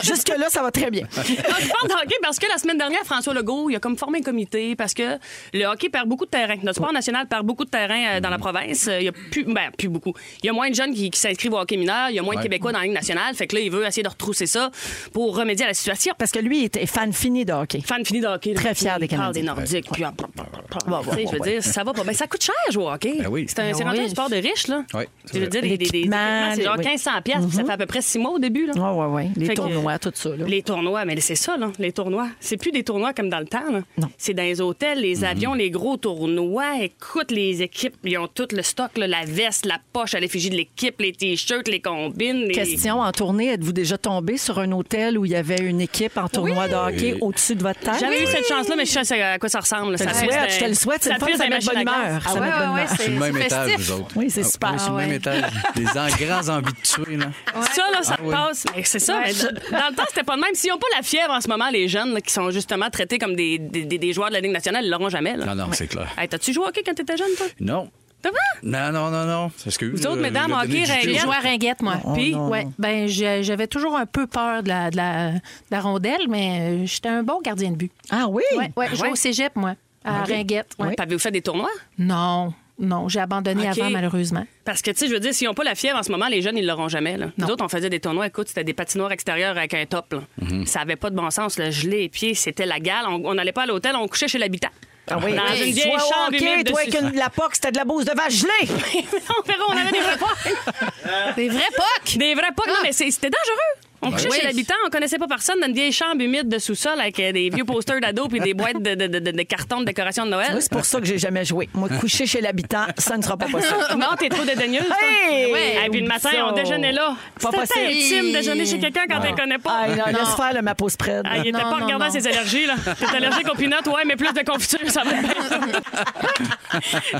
Jusque-là, ça va très bien. Non, je parle de hockey parce que la semaine dernière, François Legault, il a comme formé un comité parce que le hockey perd beaucoup de terrain. Notre sport national perd beaucoup de terrain euh, dans la province. Euh, Il y a plus, ben, plus beaucoup. Il y a moins de jeunes qui, qui s'inscrivent au hockey mineur. Il y a moins de Ouais. Québécois dans la Ligue nationale. Fait que là, il veut essayer de retrousser ça pour remédier à la situation. Parce que lui, il était fan fini de hockey. Fan fini de hockey. là. Très fier des Il parle des Canadiens. Nordiques. Puis, Tu sais, je veux dire, ça va pas. Ben, ça coûte cher jouer au hockey. Ben oui. C'est un, Ben c'est rendu oui. un sport de riche, là. Oui, Je veux c'est dire, les, les- les- Équipement, c'est genre les- oui. Mhm. 1500$, piastres, puis ça fait à peu près 6 mois au début, là. Oui, oui, oui. Les Fait que- tournois, tout ça. là. Les tournois, mais c'est ça, là, les tournois. C'est plus des tournois comme dans le temps. là. C'est dans les hôtels, les Mhm. avions, les gros tournois. Écoute, les équipes, ils ont tout le stock, là, la veste, la poche à l'effigie de l'équipe, les t-shirts, les combines. les- Question en tournée, êtes-vous déjà tombé sur un hôtel où il y avait une équipe en tournoi de hockey au-dessus de votre tête? J'avais eu cette ben, chance-là, mais je sais à quoi ça ressemble. là. Ah Je te le Ça frise souhaite, dans- je te le souhaite, c'est le fun, frise ça dans les met de bonne machines à humeur. gaz. Ça met Ah de ouais, bonne ouais, humeur. c'est- Sur le même c'est étage, festif. vous autres. Oui, c'est Ah, super. oui, sur le Ah, même ouais. étage. Des en- grands envies de tuer, là. Ça, là, ça passe. Mais c'est ça. mais dans dans le temps, c'était pas de même. S'ils n'ont pas la fièvre en ce moment, les jeunes là, qui sont justement traités comme des, des, des- des joueurs de la Ligue nationale, ils l'auront jamais. là. Non, non, c'est clair. Hey, T'as-tu joué au hockey quand t'étais jeune, toi? Non. T'as pas? Non, non, non, non. Excuse. Vous autres, mesdames, je vais donner hockey, du jus. ringuette. J'ai joué à ringuette, moi. Puis, Ouais, ben j'ai- j'avais toujours un peu peur de la, de la, de la rondelle, mais euh, j'étais un bon gardien de but. Ah oui? Ouais, ouais, je jouais ouais. au cégep, moi, à Ringuette. ouais. T'avais-vous fait des tournois? Non. Non, j'ai abandonné OK. avant, malheureusement. Parce que, tu sais, je veux dire, s'ils n'ont pas la fièvre en ce moment, les jeunes, ils l'auront jamais. Là. Nous autres, on faisait des tournois, écoute, c'était des patinoires extérieures avec un top. là. Ça avait pas de bon sens. Le gelé, les pieds, c'était la gale. On n'allait pas à l'hôtel, on couchait chez l'habitant. Ah oui, Dans oui. une vieille Toi, chambre ok, humide toi, dessus. avec une- la poque, c'était de la bouse de vache gelée. on verra, on avait des vrais pocs. des vrais pocs? Des vrais pocs, non, mais c'est- c'était dangereux. On couchait oui. chez l'habitant, on connaissait pas personne dans une vieille chambre humide de sous-sol avec euh, des vieux posters d'ados puis des boîtes de, de- de- de- de cartons de décoration de Noël. Moi, Ah c'est pour ça que j'ai jamais joué. Moi, coucher chez l'habitant, ça ne sera pas possible. Non, t'es trop dédaigneuse. toi. Hey! Ouais. Et puis le matin, Ça. on déjeunait là. Pas C'était possible. intime déjeuner chez quelqu'un quand t'en connais pas. Ah, non, laisse faire le ma peau spread. Ah, il était Non, pas non, regardant non. ses allergies, là. T'es allergique aux peanuts, ouais, mais plus de confiture, ça va bien.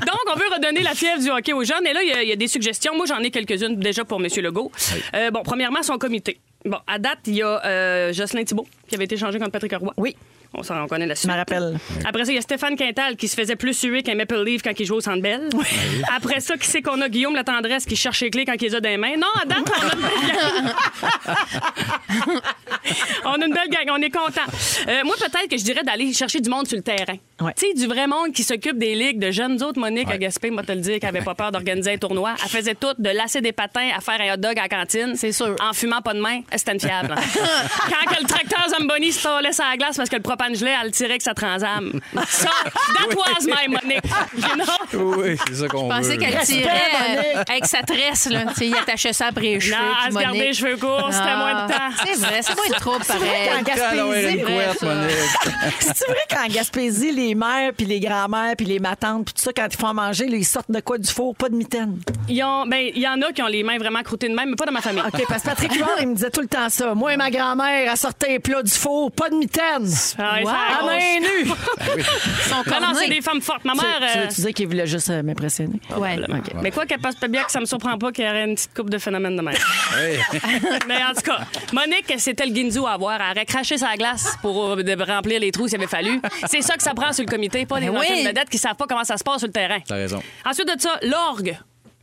Donc, on veut redonner la fièvre du hockey aux jeunes. Et là, il y a- il y, a des suggestions. Moi, j'en ai quelques-unes déjà pour M. Legault. Euh, bon, premièrement, son comité. Bon, à date, il y a euh, Jocelyn Thibault, qui avait été changé contre Patrick Roy. Oui, On s'en on connaît la je suite. me rappelle. Après ça, il y a Stéphane Quintal qui se faisait plus suer qu'un Maple Leaf quand il jouait au Centre Bell. Après ça, qui c'est qu'on a Guillaume la tendresse qui cherche les clés quand il les a dans les mains. Non, à date, on a une belle gang. on a une belle gang, on est content. Euh, moi, peut-être que je dirais d'aller chercher du monde sur le terrain. Ouais. Tu sais, du vrai monde qui s'occupe des ligues de jeunes autres. Monique à Gaspé, moi, te le dire, qui avait pas peur d'organiser un tournoi. Elle faisait tout, de lasser des patins à faire un hot dog à la cantine. C'est sûr. En fumant pas de main, c'était une fiable. Quand que le tracteur Zamboni se tollait sur la glace parce que le propane gelait, elle le tirait avec sa transam. Ça, that was my money. You know? Oui, c'est ça qu'on Je pensais veut. qu'elle tirait euh, avec sa tresse, là. Tu sais, il attachait ça après les cheveux. Non, puis elle se gardait Monique. les cheveux courts, c'était Ah, moins de temps. C'est vrai, c'est moins de trouble, pareil. qu'en Alors, elle a une Gaspésie, vrai, couette, ça. Monique. c'est vrai qu'en Gaspésie, les mères, puis les grands-mères, puis les matantes, puis tout ça, quand ils font à manger, là, ils sortent de quoi du four, pas de mitaine. Ils ont- ben, Il y en a qui ont les mains vraiment croûtées de même, mais pas dans ma famille. OK, parce que Patrick Huard, il me disait tout le temps ça. Moi et ma grand-mère, elle sortait les plats du four, pas de mitaine. Ah, ouais, ça À grosse. main nue. Son Non, non, c'est cornet. des femmes fortes. Ma Ben Tu, mère. tu, euh, tu disais qu'il voulait juste euh, m'impressionner. Ouais. OK. Mais quoi qu'elle passe pas bien, que ça me surprend pas qu'elle ait une petite coupe de phénomène de même. Mais en tout cas, Monique, c'était le guinzou à avoir. Elle aurait craché sa glace pour euh, de remplir les trous s'il avait fallu. C'est ça que ça prend sur le comité, pas les Ben anciennes oui. vedettes qui savent pas comment ça se passe sur le terrain. T'as raison. Ensuite de ça, l'orgue.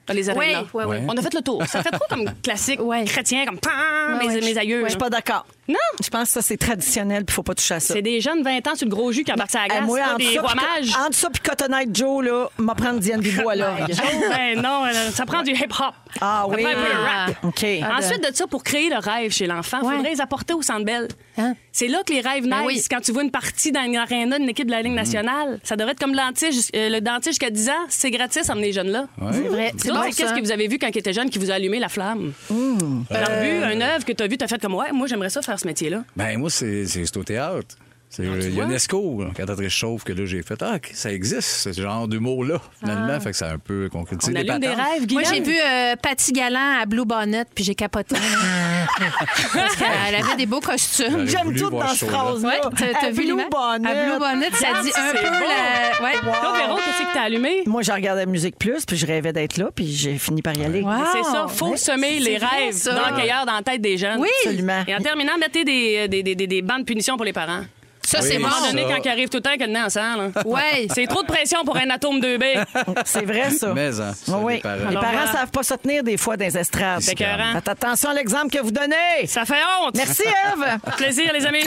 Dans les arénas. oui, oui. On a fait le tour. Ça fait trop comme classique Ouais. chrétien, comme pam, Ouais, mes, ouais, mes je- aïeux. Je suis pas d'accord. Hum, Non! Je pense que ça, c'est traditionnel, puis faut pas toucher à ça. C'est des jeunes 20 ans sur le gros jus qui embarquent sa Eh, glace, moi, pas entre des ça rois puis co- ah, mages. Entre ça puis Cotton Eye Joe, là, m'a prendre Diane Dubois, là. Ben non, euh, ça prend du hip-hop. Ah oui. Ça prend un peu de rap. OK. Ah, Ensuite de ça, pour créer le rêve chez l'enfant, il ben. Ouais. faudrait les apporter au Centre Bell. Hein? C'est là que les rêves naissent. Ben oui. Quand tu vois une partie dans une arena d'une équipe de la Ligue nationale, ça devrait être comme le dentiste, jus- euh, le dentiste jusqu'à 10 ans. C'est gratis, emmener les jeunes là. C'est vrai, c'est Vous autres, bon, Qu'est-ce ça. Mmh. que vous avez vu quand ils étaient jeunes qui vous a allumé la flamme? Leur but, un œuvre que tu as vu, tu as fait comme Ouais, moi j'aimerais ça faire ce métier-là. Ben, moi, c'est c'est- c'est au théâtre. C'est euh, Ah, vois? UNESCO, là, cantatrice chauve, que là, j'ai fait. Ah, ok, ça existe, ce genre d'humour-là, finalement. Fait que ça a un peu concrétisé Ah. On les allume des patentes. rêves, Moi, Guillaume. j'ai vu euh, Patty Galant à Blue Bonnet, puis j'ai capoté. Parce qu'elle avait des beaux costumes. J'aurais J'aime voulu tout voir dans ce cette show-là. phrase-là. Ouais, t'as t'as À vu Blue l'image? Bonnet. À Blue Bonnet, ça dit un peu la... Ouais. Toi, Véro, qu'est-ce que t'as allumé? Moi, j'ai regardé Musique Plus, puis je rêvais d'être là, puis j'ai fini par y aller. Wow. C'est ça, faut Ah, Ouais. semer les C'est vrai, rêves ça. d'enquêleurs dans la tête des jeunes. Oui. Absolument. Et en terminant, mettez des, euh, des, des, des- des bancs de punition pour les parents. Ça, Oui, c'est À un bon. moment ça. donné, quand il arrive tout le temps qu'elle naît ensemble. là. Ouais. C'est trop de pression pour un atome 2B. C'est vrai, ça. Mais, hein, ça, oui. les parents. Les Alors, parents voilà. savent pas se tenir des fois dans les estrades. C'est écœurant. Faites attention à l'exemple que vous donnez. Ça fait honte. Merci, Eve. Plaisir, les amis.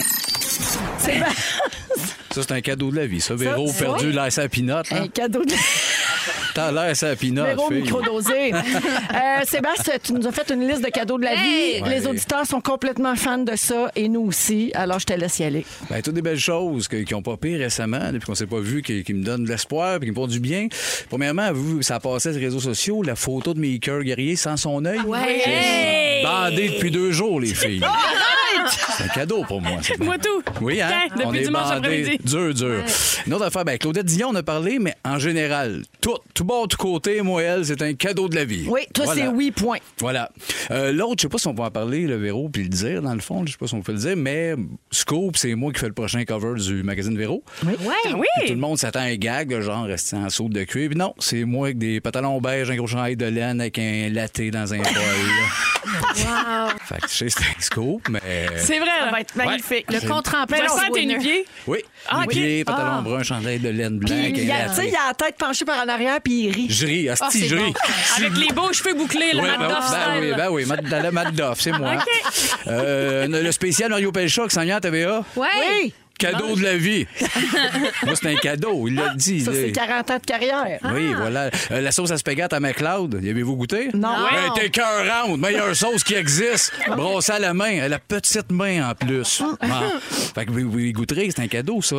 Ça, c'est un cadeau de la vie, ça. Véro, c'est perdu l'air sa pinotte. Un Hein? cadeau de T'as l'air sa pinotte, Véro Ah, fille. microdosé. Euh, Sébastien, tu nous as fait une liste de cadeaux de la Hey! vie. Ouais. Les auditeurs sont complètement fans de ça et nous aussi. Alors, je te laisse y aller. Ben, toutes des belles choses que- qui n'ont pas pire récemment, depuis qu'on s'est pas vu, qui, qui me donnent de l'espoir puis qui me font du bien. Premièrement, vous, ça passait sur les réseaux sociaux, la photo de mes cœurs guerriers sans son œil. Ouais. Ah Hey! Bandé depuis deux jours, les filles. C'est un cadeau pour moi. cette Moi matinée. tout. Oui, hein? Tiens, depuis on est dimanche bandés. après-midi. Dur, dur. Une autre affaire, ben, Claudette Dion, on a parlé, mais en général, tout, tout bord, tout côté, moi, elle, c'est un cadeau de la vie. Oui, toi, Voilà. c'est oui, point. Voilà. Euh, L'autre, je sais pas si on peut en parler, le Véro, puis le dire, dans le fond, je sais pas si on peut le dire, mais Scoop, c'est moi qui fais le prochain cover du magazine Véro. Ah Puis Tout Oui. le monde s'attend à un gag, le genre restant en saute de cuir. Puis non, c'est moi avec des pantalons beige, un gros chandail de laine, avec un latte dans un bol. Wow. fait que je sais, c'est un scoop, mais. C'est vrai. Ça Là. va être magnifique. Le contre-emploi. Mais non, ça, t'es winner. une pied. Oui, Ah, une ok. pied, pantalon brun, chandail de laine blanc, avec Puis, il y un a- tu sais, latte. il a la tête penchée par en arrière, puis il rit. Je ris, Ah, asti, c'est je ris. bon. Avec les beaux cheveux bouclés, le Oui, Mad ben, Dog ben style. oui, ben oui, Mad- dans le Mad Dove, c'est moi. Euh, le spécial Mario Pelcha qui s'en vient à TVA. Ouais. Oui. Cadeau de la vie. Moi, c'est un cadeau. Il l'a dit. Ça, là. c'est 40 ans de carrière. Oui, voilà. Euh, la sauce à spaghette à McLeod, y avez-vous goûté? Non. Ben, t'es cœurante. Meilleure sauce qui existe. Brossée à la main. Elle a petite main en plus. Ah. Fait que vous, vous y goûterez, c'est un cadeau, ça.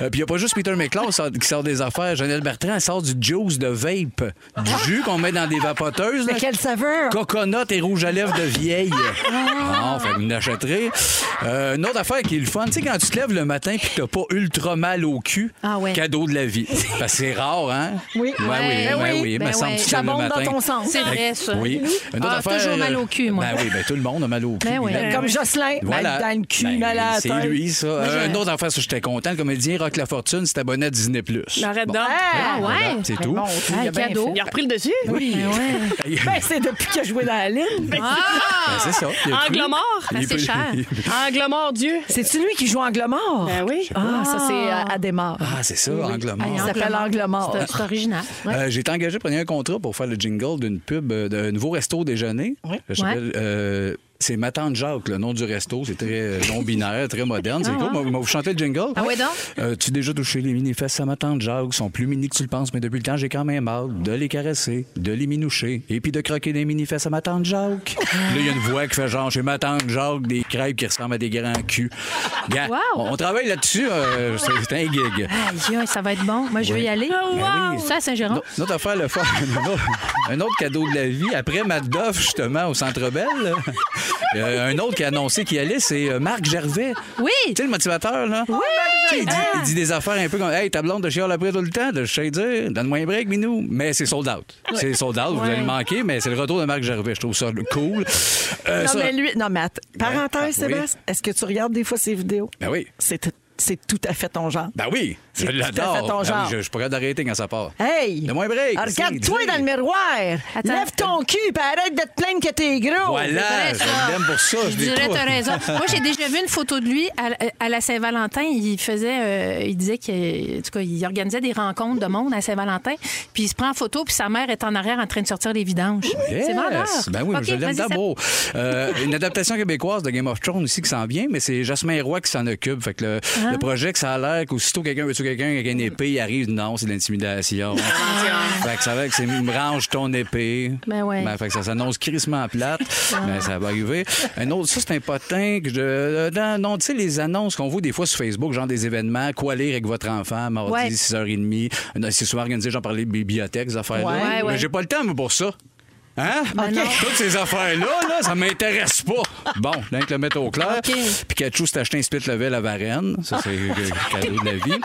Euh, Puis y a pas juste Peter McLeod sort- qui sort des affaires. Janelle Bertrand, elle sort du juice de vape. Du jus qu'on met dans des vapoteuses. là. Ah. Mais quelle saveur! Coconut et rouge à lèvres de vieille. Non, fait que vous l'achèterez. Euh, une autre affaire qui est le fun, tu sais, quand tu te lèves le matin et que t'as pas ultra mal au cul, Ah ouais. cadeau de la vie. Parce que c'est rare, hein? Oui. Ben oui, Ouais. Ben ben oui, oui, il ben me semble que oui. tu te Ça lèves le bombe dans matin. ton sens. Ah, C'est vrai, ça. Oui. Une autre Ah, affaire, toujours euh, mal au cul, moi. Ben oui, ben tout le monde a mal au cul. Ben oui. évidemment. Comme Jocelyn, mal dans le cul, Ben, mal à la C'est tête. lui, ça. Euh, une autre affaire, ça, j'étais content. Le comédien Rock La Fortune s'est abonné à Disney+. Arrête Bon. donc. Ah, Voilà, ouais. c'est Mais tout. bon, il Ah, a bien cadeau. Il a repris le dessus? fait. Ben ouais. Ben, c'est depuis qu'il a joué dans la Ah, ligne. Ah! Ben, c'est ça. Il a pris- Angle mort. il assez peut- cher. Angle mort, Dieu. C'est-tu lui qui joue Angle mort? Ben oui. Ah, ça, euh, c'est à Adémar. Ah, c'est ça, angle mort. Ça Angle s'appelle mort. Angle mort. C'est- C'est original. Ouais. Euh, j'ai été engagé pour un contrat pour faire le jingle d'une pub euh, d'un nouveau resto au déjeuner. Ça s'appelle, euh, c'est ma tante Jacques, le nom du resto. C'est très euh, non-binaire, très moderne. C'est cool. Moi, moi, vous chantez le jingle. Ah ouais, donc? Euh, tu as déjà touché les mini-fesses à ma tante Jacques. sont plus mini que tu le penses, mais depuis le temps, j'ai quand même hâte de les caresser, de les minoucher et puis de croquer les mini-fesses à ma tante Jacques. Ah. là, il y a une voix qui fait genre chez ma tante Jacques des crêpes qui ressemblent à des grands culs. Gars, Wow! on, on travaille là-dessus. euh, c'est, c'est un gig. Aïe, aïe, ça va être bon. Moi, je vais Oui. y aller. Ben oui. Ça, à Saint-Jérôme. Une autre affaire, le fort. un autre- un autre cadeau de la vie. Après Matt Doff, justement, au Centre Bell, là. Euh, un autre qui a annoncé qu'il allait, c'est euh, Marc Gervais. Oui. Tu sais, le motivateur, là. Oui. Il dit, il dit des affaires un peu comme Hey, ta blonde de chiole après tout le temps, de je sais dire, donne-moi un break, minou. Mais c'est sold out. C'est sold out, vous allez le manquer, mais c'est le retour de Marc Gervais. Je trouve ça cool. Euh, Non, ça- mais lui. Non, mais att- parenthèse, ah, oui. Sébastien, est-ce que tu regardes des fois ses vidéos? Ben oui. C'est tout- c'est tout à fait ton genre. Ben oui, je C'est tout à l'adore. fait ton Ben oui, genre. je, je suis pas capable d'arrêter quand ça part. Hey! Ah, Donne-moi un break. Regarde-toi C'est- dans le miroir. Attends. Lève ton cul et arrête de te plaindre que t'es gros. Voilà, C'est vrai, Ah, je ça. l'aime pour ça. Je l'ai dirais, pas. t'as raison. Moi, j'ai déjà vu une photo de lui à, à la Saint-Valentin. Il faisait, euh, il disait que, en tout cas, il organisait des rencontres de monde à Saint-Valentin. Puis il se prend en photo, puis sa mère est en arrière en train de sortir les vidanges. C'est Yes. vendeur. Ben oui, mais OK, je l'aime vas-y, Seb. d'abord. Euh, une adaptation québécoise de Game of Thrones aussi qui s'en vient, mais c'est Jasmin Roy qui s'en occupe. Fait que le, le projet que ça a l'air qu'aussitôt quelqu'un veut tuer quelqu'un avec une épée, il arrive, non, c'est de l'intimidation. fait que ça va que c'est me range ton épée. Ben ouais. fait que ça s'annonce crissement plate. Ben, ça va arriver. Un autre, ça c'est un potin que je. dans- non, tu sais, les annonces qu'on voit des fois sur Facebook, genre des événements, quoi lire avec votre enfant, mardi, Ouais. 6h30. Non, C'est souvent organisé, j'en parlais, bibliothèques, ces affaires-là. Ouais. Ouais, ouais. Mais j'ai pas le temps moi, pour ça. Hein? Ben non. Toutes ces affaires-là, là, ça m'intéresse pas. Bon, rien que le mettre au clair. OK. Pikachu s'est acheté un split level à Varennes. Ça, c'est le cadeau de la vie.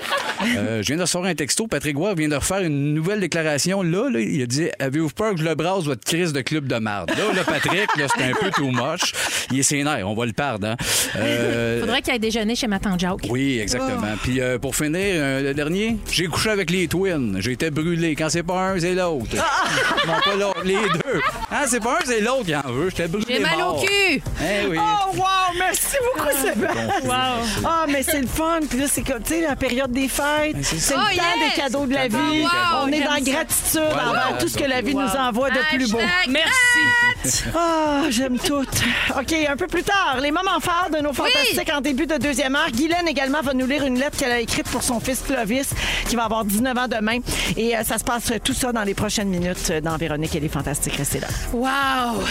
Euh, je viens de recevoir un texto. Patrick Roy vient de refaire une nouvelle déclaration. Là, là, il a dit Avez-vous peur que je le brasse, votre crise de club de marde? Là, là, Patrick, là, c'est un peu too much. Il est sénère, on va le perdre. Hein? Euh, Faudrait qu'il aille déjeuner chez ma tante Jacques. oui, exactement. Puis euh, pour finir, euh, le dernier, j'ai couché avec les twins. J'ai été brûlé. Quand c'est pas un, c'est l'autre. non, pas l'autre, les deux. Hein, c'est pas un, c'est l'autre qui en veut. J'étais brûlé. J'ai mal au mort. cul. Eh oui. Oh, wow! Merci beaucoup, Sébastien. Ah, mais c'est le fun. Puis là, c'est comme, tu sais, la période des fêtes. Ben, c'est C'est ça. le Oh, temps yes! des cadeaux de la Cadeaux, vie. cadeaux. On est J'aime dans ça. gratitude Voilà. envers tout ce que la vie nous envoie de plus beau. Hashtag Merci. Ah, j'aime tout. OK, un peu plus tard, les moments phares de nos fantastiques en début de deuxième heure. Guylaine également va nous lire une lettre qu'elle a écrite pour son fils Clovis, qui va avoir 19 ans demain. Et euh, ça se passe euh, tout ça dans les prochaines minutes euh, dans Véronique et les Fantastiques. Restez là. Wow!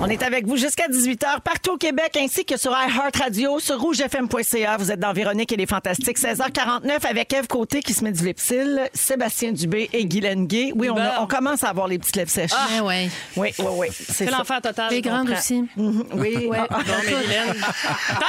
On est avec vous jusqu'à 18h partout au Québec ainsi que sur iHeartRadio, sur rougefm.ca. Vous êtes dans Véronique et les Fantastiques. 16h49 avec Eve Côté qui se met du lip cil, Sébastien Dubé et Guylaine Gay. Oui, on, a- on commence à avoir les petites lèvres sèches. Ben ouais. Oui, oui, oui. C'est C'est ça. l'enfer total. Les grandes aussi. Eh Mhm, Oui, Ouais. Ah, Bon, tout. Tant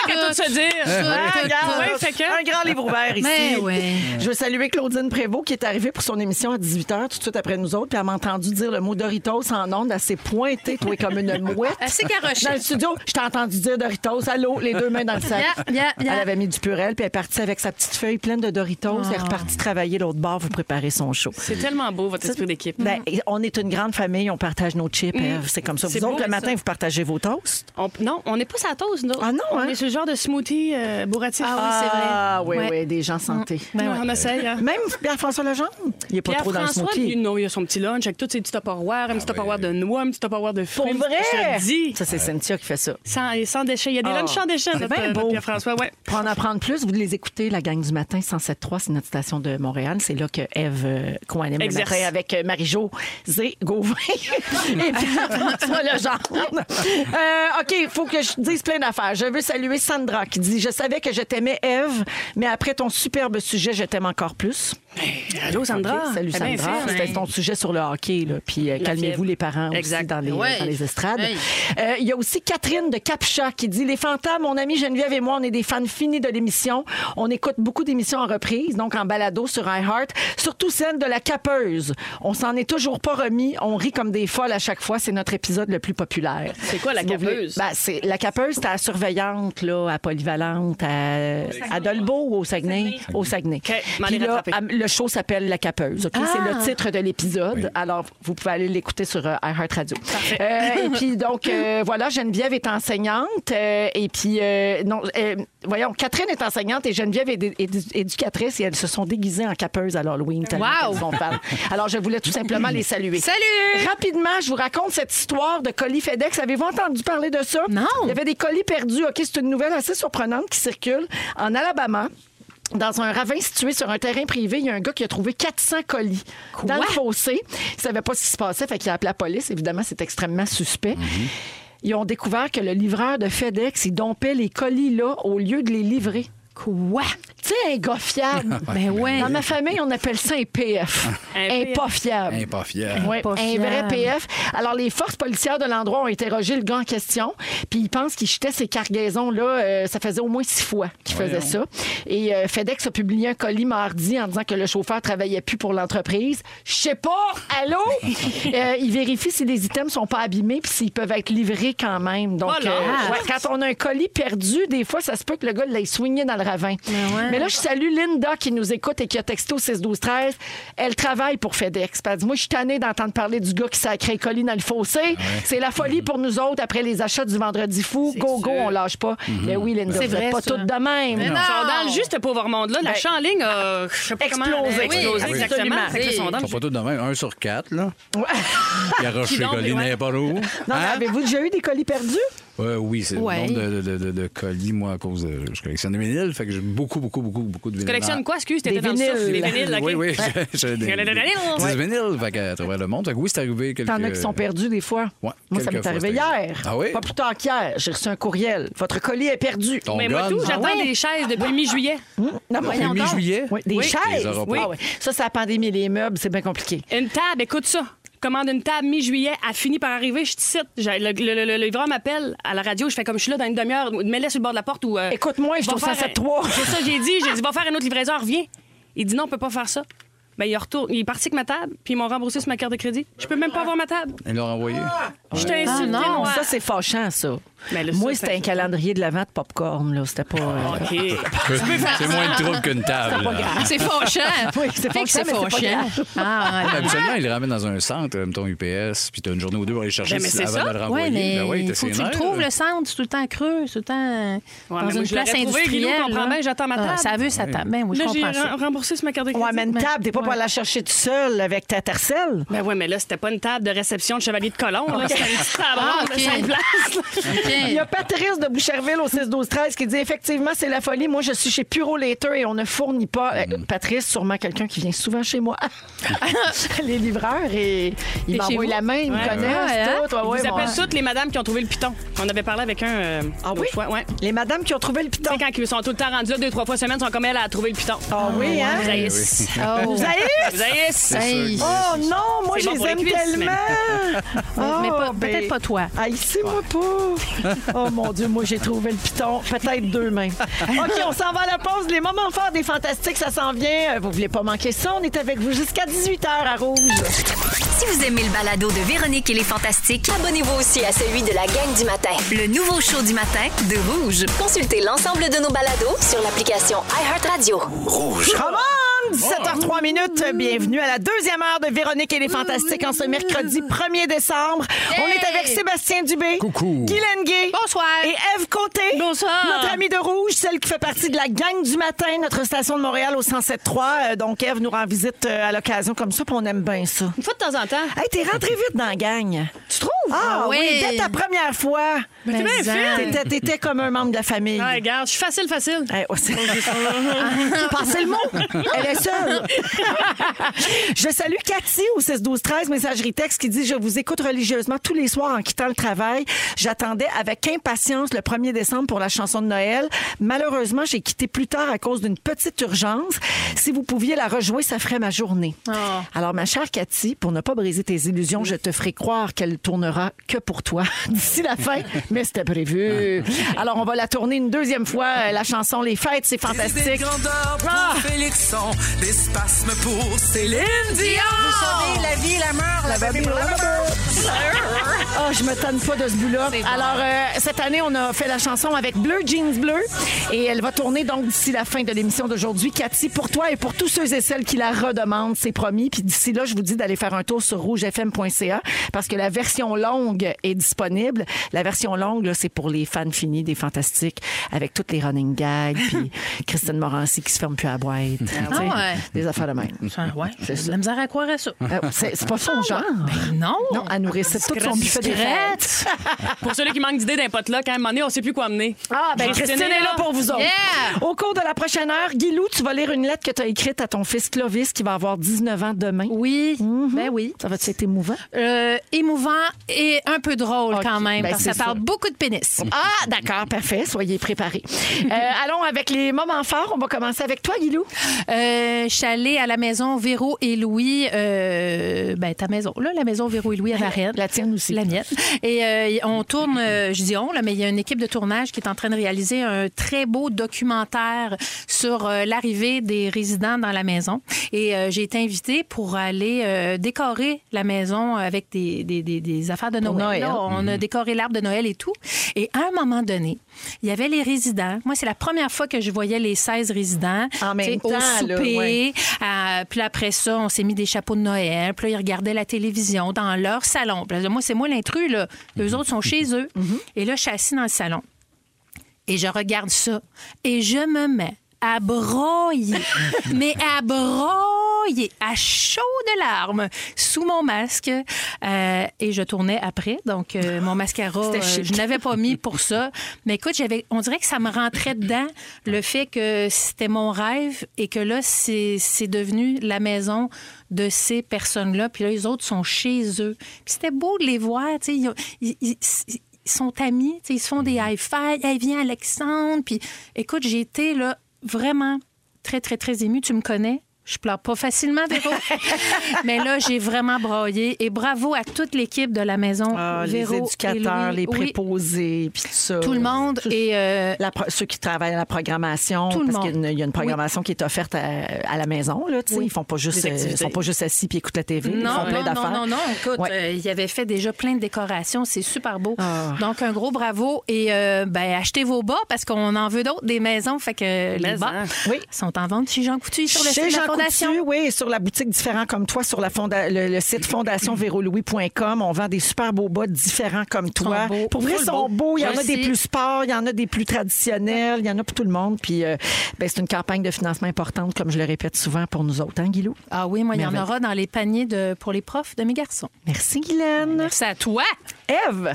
qu'à tout se dire. Tout, Ah, tout, regarde, Ouais, fait que- Un grand livre ouvert ici. Mais ouais. Je veux saluer Claudine Prévost qui est arrivée pour son émission à 18h tout de suite après nous autres. Puis elle m'a entendu dire le mot Doritos en ondes. Elle s'est pointée, toi, comme une mouette. Elle s'est garochée. Dans le studio, je t'ai entendu dire Doritos. Allô, les deux mains dans le sac. Yeah, yeah, yeah. Elle avait mis du purel, puis elle est partie avec sa petite feuille pleine de Doritos. Ah. Elle est repartie travailler l'autre bord, vous préparer son show. C'est tellement beau, votre esprit d'équipe. Mm. Ben, et on est une grande famille, on partage nos chips. Mm. Ève. C'est comme ça. Vous C'est autres, beau, le matin, ça. vous partagez vos toasts. On- non, on n'est pas sa toast, nous. autres. Ah non, On hein? est ce genre de smoothie euh, bourratif. Ah oui, c'est vrai. Ah oui, Ouais. oui, des gens santé. Ben ouais. On essaye, hein? Même Pierre-François Legendre, il n'est pas Pierre trop dans le François, smoothie. Ah lui, non, il a son petit lunch avec tous ses petits tupperwares, un petit tupperware de noix, un petit tupperware de fruits. Pour te- vrai? je te dis. Ça, c'est Cynthia qui fait ça. Sans, et sans déchets. Il y a des Ah. lunchs sans déchets, C'est notre, euh, bien notre beau. Pierre-François. Ouais. Pour en apprendre plus, vous les écoutez, la gang du matin, 107.3, c'est notre station de Montréal. C'est là que Eve euh, co-anime le Exerce. matin avec euh, Marie-Jo Zé Gauvin et Pierre-François Legendre. Euh, OK, il faut que je dise plein d'affaires. Je veux saluer Sandra qui dit « Je savais que je t'aimais, Eve, mais après ton superbe sujet, je t'aime encore plus. » Allô, Sandra. Ok, Salut Eh bien, Sandra. fait, C'était ton sujet sur le hockey. Là. Puis euh, calmez-vous fièvre. les parents aussi Exact. dans les, Ouais. dans les estrades. Euh, Hey. Il y a aussi Catherine de Capcha qui dit Les fantasmes, mon ami Geneviève et moi, on est des fans finis de l'émission. On écoute beaucoup d'émissions en reprise, donc en balado sur iHeart, surtout celle de la capeuse. On s'en est toujours pas remis. On rit comme des folles à chaque fois. C'est notre épisode le plus populaire. C'est quoi, la vous voulez- Capeuse? Ben, c'est- la capeuse, c'est la surveillante là, à Polyvalente, à, à Dolbeau ou au Saguenay. Au Saguenay. OK, m'en Puis ai là, rattrapé. à- Ah, le show s'appelle La Capeuse. ok? C'est le titre de l'épisode. Alors, vous pouvez aller l'écouter sur euh, iHeartRadio. Euh, et puis, donc, euh, voilà, Geneviève est enseignante. euh, et puis, euh, non, euh, voyons, Catherine est enseignante et Geneviève est dé- édu- éducatrice et elles se sont déguisées en capeuses à l'Halloween. tellement Wow! qu'elles sont fans. Alors, je voulais tout simplement les saluer. Salut! Rapidement, je vous raconte cette histoire de colis FedEx. Avez-vous entendu parler de ça? Non. Il y avait des colis perdus. OK, c'est une nouvelle assez surprenante qui circule en Alabama. Dans un ravin situé sur un terrain privé, il y a un gars qui a trouvé 400 colis dans le fossé. Il savait pas ce qui se passait, fait qu'il a appelé la police. Évidemment, c'est extrêmement suspect. Mhm. Ils ont découvert que le livreur de FedEx, il dompait les colis là au lieu de les livrer. Quoi? Tu sais, un gars fiable. Ben ouais. Dans ma famille, on appelle ça un PF. Un un PF. pas fiable. Hey, Eh, pas fier. Ouais, Pas un fiable. vrai PF. Alors, les forces policières de l'endroit ont interrogé le gars en question, puis ils pensent qu'il jetait ces cargaisons-là. euh, ça faisait au moins six fois qu'il faisait ça. Et euh, FedEx a publié un colis mardi en disant que le chauffeur travaillait plus pour l'entreprise. Je sais pas, allô? Euh, ils vérifient si les items sont pas abîmés puis s'ils peuvent être livrés quand même. Donc, Voilà. euh, ouais, quand on a un colis perdu, des fois, ça se peut que le gars l'ait soigné dans le ravin. Mais ouais. Mais là, je salue Linda qui nous écoute et qui a texté au 6 12 13 Elle travaille pour FedEx. Puis Elle dit, moi, je suis tannée d'entendre parler du gars qui sacrait les colis dans le Ah fossé. C'est la folie pour nous autres après les achats du vendredi fou. Go, go, on lâche pas. Mhm. Mais oui, Linda, C'est vous êtes vrai, pas ça. toutes de même. Mais non. Ils sont dans le juste, ce pauvre monde-là. La Ah. Ben, champ en ligne a je sais pas comment- explosé. Ben oui, Oui, exactement. absolument. Fait que là, ils sont dans le Ils sont pas tous de même. Un sur quatre, là. Ouais. Il arroche Qui les donc, colis ouais. n'importe où. Non, mais Hein? avez-vous déjà eu des colis perdus? Euh, oui, c'est Ouais. le nombre de, de- de- de colis, moi, à cause de. Je collectionne des vinyles, fait que j'ai beaucoup, beaucoup, beaucoup, beaucoup de vinyles. Tu collectionnes quoi, excuse? T'étais Des dans le souffle. vinyles. Des vinyles, OK. Oui, oui, j'ai des, Il y en a des vinyles. des vinyles, fait que, à travers le monde. Fait que oui, c'est arrivé quelques... T'en as qui sont perdus des fois. Ouais, Moi, ça m'est quelques arrivé fois, c'est hier. Ah oui? Pas plus tard qu'hier. J'ai reçu un courriel. Votre colis est perdu. Ton Mais Ben, moi, gun. tout, Ah j'attends des chaises depuis mi-juillet. Non, Depuis voyons donc. mi-juillet? Oui, des Oui. Tu chaises. les auras pas. Ah ouais. Ça, c'est la pandémie, les meubles, c'est bien compliqué. Une table, écoute ça. Commande une table mi-juillet, elle finit par arriver, je te cite. J'ai- Le, le- le- le livreur m'appelle à la radio, je fais comme je suis là dans une demi-heure, mets-la sur le bord de la porte ou. euh, Écoute-moi, je va trouve ça faire un- 7-3. C'est ça, j'ai dit, j'ai dit, va faire un autre livraison, reviens. Il dit non, on peut pas faire ça. Ben, il retourne, il est parti avec ma table, puis ils m'ont remboursé sur ma carte de crédit. Je peux même pas avoir ma table. Ils l'ont renvoyé. Je t'ai Ah, insulté, non, moi. Ça, c'est fâchant, ça. Mais là, Moi, ça, c'était ça- un calendrier de l'avant de popcorn, là. C'était pas. euh, OK. C'est moins de trouble qu'une table. C'est fâchant. Ah. Oui, c'est Fait que fâchant, mais c'est pas Ah, ouais. Habituellement, ils le ramènent dans un centre, euh, mettons UPS, puis t'as une journée ou deux pour aller le chercher Ben, mais si- c'est avant ça. de le renvoyer. Oui, mais Ben oui, t'as il faut que ses tu le nerfs, trouves, là. le centre. C'est tout le temps creux, c'est tout le temps euh, Ouais, dans mais moi, une je l'aurais place trouvé, Guilou, industrielle. comprends là. bien, j'attends ma Ah, table. ça veut, ça tape. Ben oui, je Là, j'ai comprends ça. re- remboursé sur ma carte de crédit. Ouais, mais une Ouais. table, t'es pas pour Ouais. la chercher tout seul avec ta tercelle. Ben ouais, mais là, c'était pas une table de réception de chevalier de colon. là. C'était une petite table Ah, ronde de OK. cinq places. Il y a Patrice de Boucherville au 6-12-13 qui dit effectivement, c'est la folie. Moi, je suis chez Puro Later et on ne fournit pas. Euh, Mm. Patrice, sûrement quelqu'un qui vient souvent chez moi. les livreurs, et T'es ils chez m'envoient vous? la main, ils me Ouais. connaissent. Ouais, hein? tout. Ouais, Ils ouais, vous mon- appellent toutes les madames qui ont trouvé le piton. On avait parlé avec un. euh, Ah oui? l'autre fois, ouais. Les madames qui ont trouvé le piton. Tu sais, Quand ils sont tout le temps rendus là, deux, trois fois semaine, ils sont comme elle à trouver le piton. Ah oui, hein? Vous haïssez. Oh. Vous haïssez? Vous haïssez. Hey. Oh non, moi C'est je bon les pour les aime cuisses, tellement. Mais Oh, pas- ben, peut-être pas toi. Ah, ici, moi pas. Oh mon Dieu, moi j'ai trouvé le piton. Peut-être deux mains. OK, on s'en va à la pause. Les moments forts des fantastiques, ça s'en vient. Euh, Vous voulez pas manquer ça? On est avec vous jusqu'à 18h à Rouge. Si vous aimez le balado de Véronique et les Fantastiques, Abonnez-vous aussi à celui de la gang du matin. le nouveau show du matin de Rouge. Consultez l'ensemble de nos balados sur l'application iHeartRadio. Come on! 17h03 minutes. Bienvenue à la deuxième heure de Véronique et les Fantastiques en ce mercredi 1er décembre. On est avec Sébastien Dubé. Coucou. Guylaine Gay. Bonsoir. Et Eve Côté. Bonsoir. Notre amie de rouge, celle qui fait partie de la gang du matin, notre station de Montréal au 107.3. Euh, donc, Eve nous rend visite euh, à l'occasion comme ça, puis on aime bien ça. Une fois de temps en temps. Hey, t'es rentrée vite dans la gang. Tu trouves? Ah oui. oui. dès ta première fois. t'es bien Exact. fine. T'étais, t'étais comme un membre de la famille. Ah, regarde, je suis facile, facile. Eh, oh, c'est- Passez le mot. Elle est seule. je salue Cathy au 16-12-13, messagerie texte, qui dit Je vous écoute religieusement tous les soirs en quittant le travail. J'attendais avec impatience le 1er décembre pour la chanson de Noël. Malheureusement, j'ai quitté plus tard à cause d'une petite urgence. Si vous pouviez la rejouer, ça ferait ma journée. Alors, ma chère Cathy, pour ne pas briser tes illusions, je te ferai croire qu'elle tournera que pour toi d'ici la fin, mais c'était prévu. Alors, on va la tourner une deuxième fois, euh, la chanson Les Fêtes, c'est Des fantastique. grandeurs pour Ah! Félixon, des spasmes pour Céline Dion. Vous savez, la vie, la mort, la, famille, Ah, je me tanne pas de ce bout-là. Alors, euh, cette année, on a fait la chanson avec Bleu Jeans Bleu et elle va tourner donc d'ici la fin de l'émission d'aujourd'hui. Cathy, pour toi et pour tous ceux et celles qui la redemandent, c'est promis. Puis d'ici là, je vous dis d'aller faire un tour sur rougefm.ca parce que la version longue est disponible. La version longue, là, c'est pour les fans finis des Fantastiques avec toutes les running gags puis Christine Morancy qui se ferme plus à la boîte. Tu sais, Ah ouais. Des affaires de même. Ah, ouais, C'est j'ai de ça. la misère à croire à ça. Euh, c'est c'est pas son genre. Non. Non, elle nous récite tout son buffet des fêtes. Discrète. Pour ceux qui manquent d'idées d'un potluck, à un moment donné, on sait plus quoi amener. Ah, ben Christine, est là pour vous autres. Yeah! Au cours de la prochaine heure, Guilou, tu vas lire une lettre que tu as écrite à ton fils Clovis qui va avoir 19 ans demain. Oui, Mhm. ben oui. Ça va être émouvant? Euh, émouvant et un peu drôle Ok, quand même, ben parce c'est que ça parle ça. beaucoup de pénis. Ah, d'accord, parfait. Soyez préparés. Euh, allons avec les moments forts. On va commencer avec toi, Guilou. Euh, je suis allée à la maison Véro et Louis, euh, ben ta maison, là, la maison Véro et Louis à Varennes. La tienne aussi. La mienne. Et euh, on tourne, euh, je dis on, là, mais il y a une équipe de tournage qui est en train de réaliser un très beau documentaire sur euh, l'arrivée des résidents dans la maison. Et euh, j'ai été invitée pour aller euh, décorer la maison avec des, des, des- des affaires de Pour Noël. Noël. Là, on a décoré l'arbre de Noël et tout. Et à un moment donné, il y avait les résidents. Moi, c'est la première fois que je voyais les 16 résidents En même tu sais, temps, au là, souper. ouais. Euh, puis là, après ça, on s'est mis des chapeaux de Noël. Puis là, ils regardaient la télévision dans leur salon. Puis là, moi, c'est moi l'intrus, là. Eux Mhm. autres sont chez eux. Et là, je suis assise dans le salon. Et je regarde ça. Et je me mets à broyer. mais à broyer, à chaud de larmes, sous mon masque. Euh, et je tournais après. Donc, euh, mon mascara, C'était euh, chic. je n'avais pas mis pour ça. Mais écoute, j'avais, on dirait que ça me rentrait dedans, le fait que c'était mon rêve et que là, c'est, c'est devenu la maison de ces personnes-là. Puis là, les autres sont chez eux. Puis c'était beau de les voir. tu sais, Ils, ont- ils- ils- ils sont amis, tu sais, ils se font des high-fives. Hey, viens, Alexandre. Puis écoute, j'ai été là, vraiment très, très, très émue. Tu me connais? Je pleure pas facilement, Véro. Mais là, j'ai vraiment broyé. Et bravo à toute l'équipe de la maison. Ah, Véro Ah, les et éducateurs, Louis. les Oui, préposés, puis tout ça. tout le monde. Et euh, La pro- ceux qui travaillent à la programmation, Tout le parce qu'il y a monde. une- il y a une programmation qui est offerte à, à la maison. Là, tu sais. Oui. Ils font pas juste, Des euh, ils activités. sont pas juste assis puis écoutent la TV. ils Non, font plein non, d'affaires. non, non, non. Écoute, Ouais. euh, il avait fait déjà plein de décorations. C'est super beau. Ah. Donc, un gros bravo. Et euh, ben, achetez vos bas parce qu'on en veut d'autres des maisons. Fait que les Mais, bas hein. Oui. sont en vente chez Jean Coutu sur le Chez site de Jean la Fondation. Coutu, oui, sur la boutique différent comme toi, sur la fonda- le, le site fondationverolouis.com. On vend des super beaux bas différents comme toi. beaux. Pour vrai, ils Full sont beaux. beaux. Il y en a Merci. des plus sports, il y en a des plus traditionnels, il y en a pour tout le monde. Puis euh, ben, c'est une campagne de financement importante, comme je le répète souvent pour nous autres, hein, Guilou? Ah oui, moi, il y en Merveille. aura dans les paniers de, pour les profs de mes garçons. Merci, Guylaine. Merci à toi. Eve,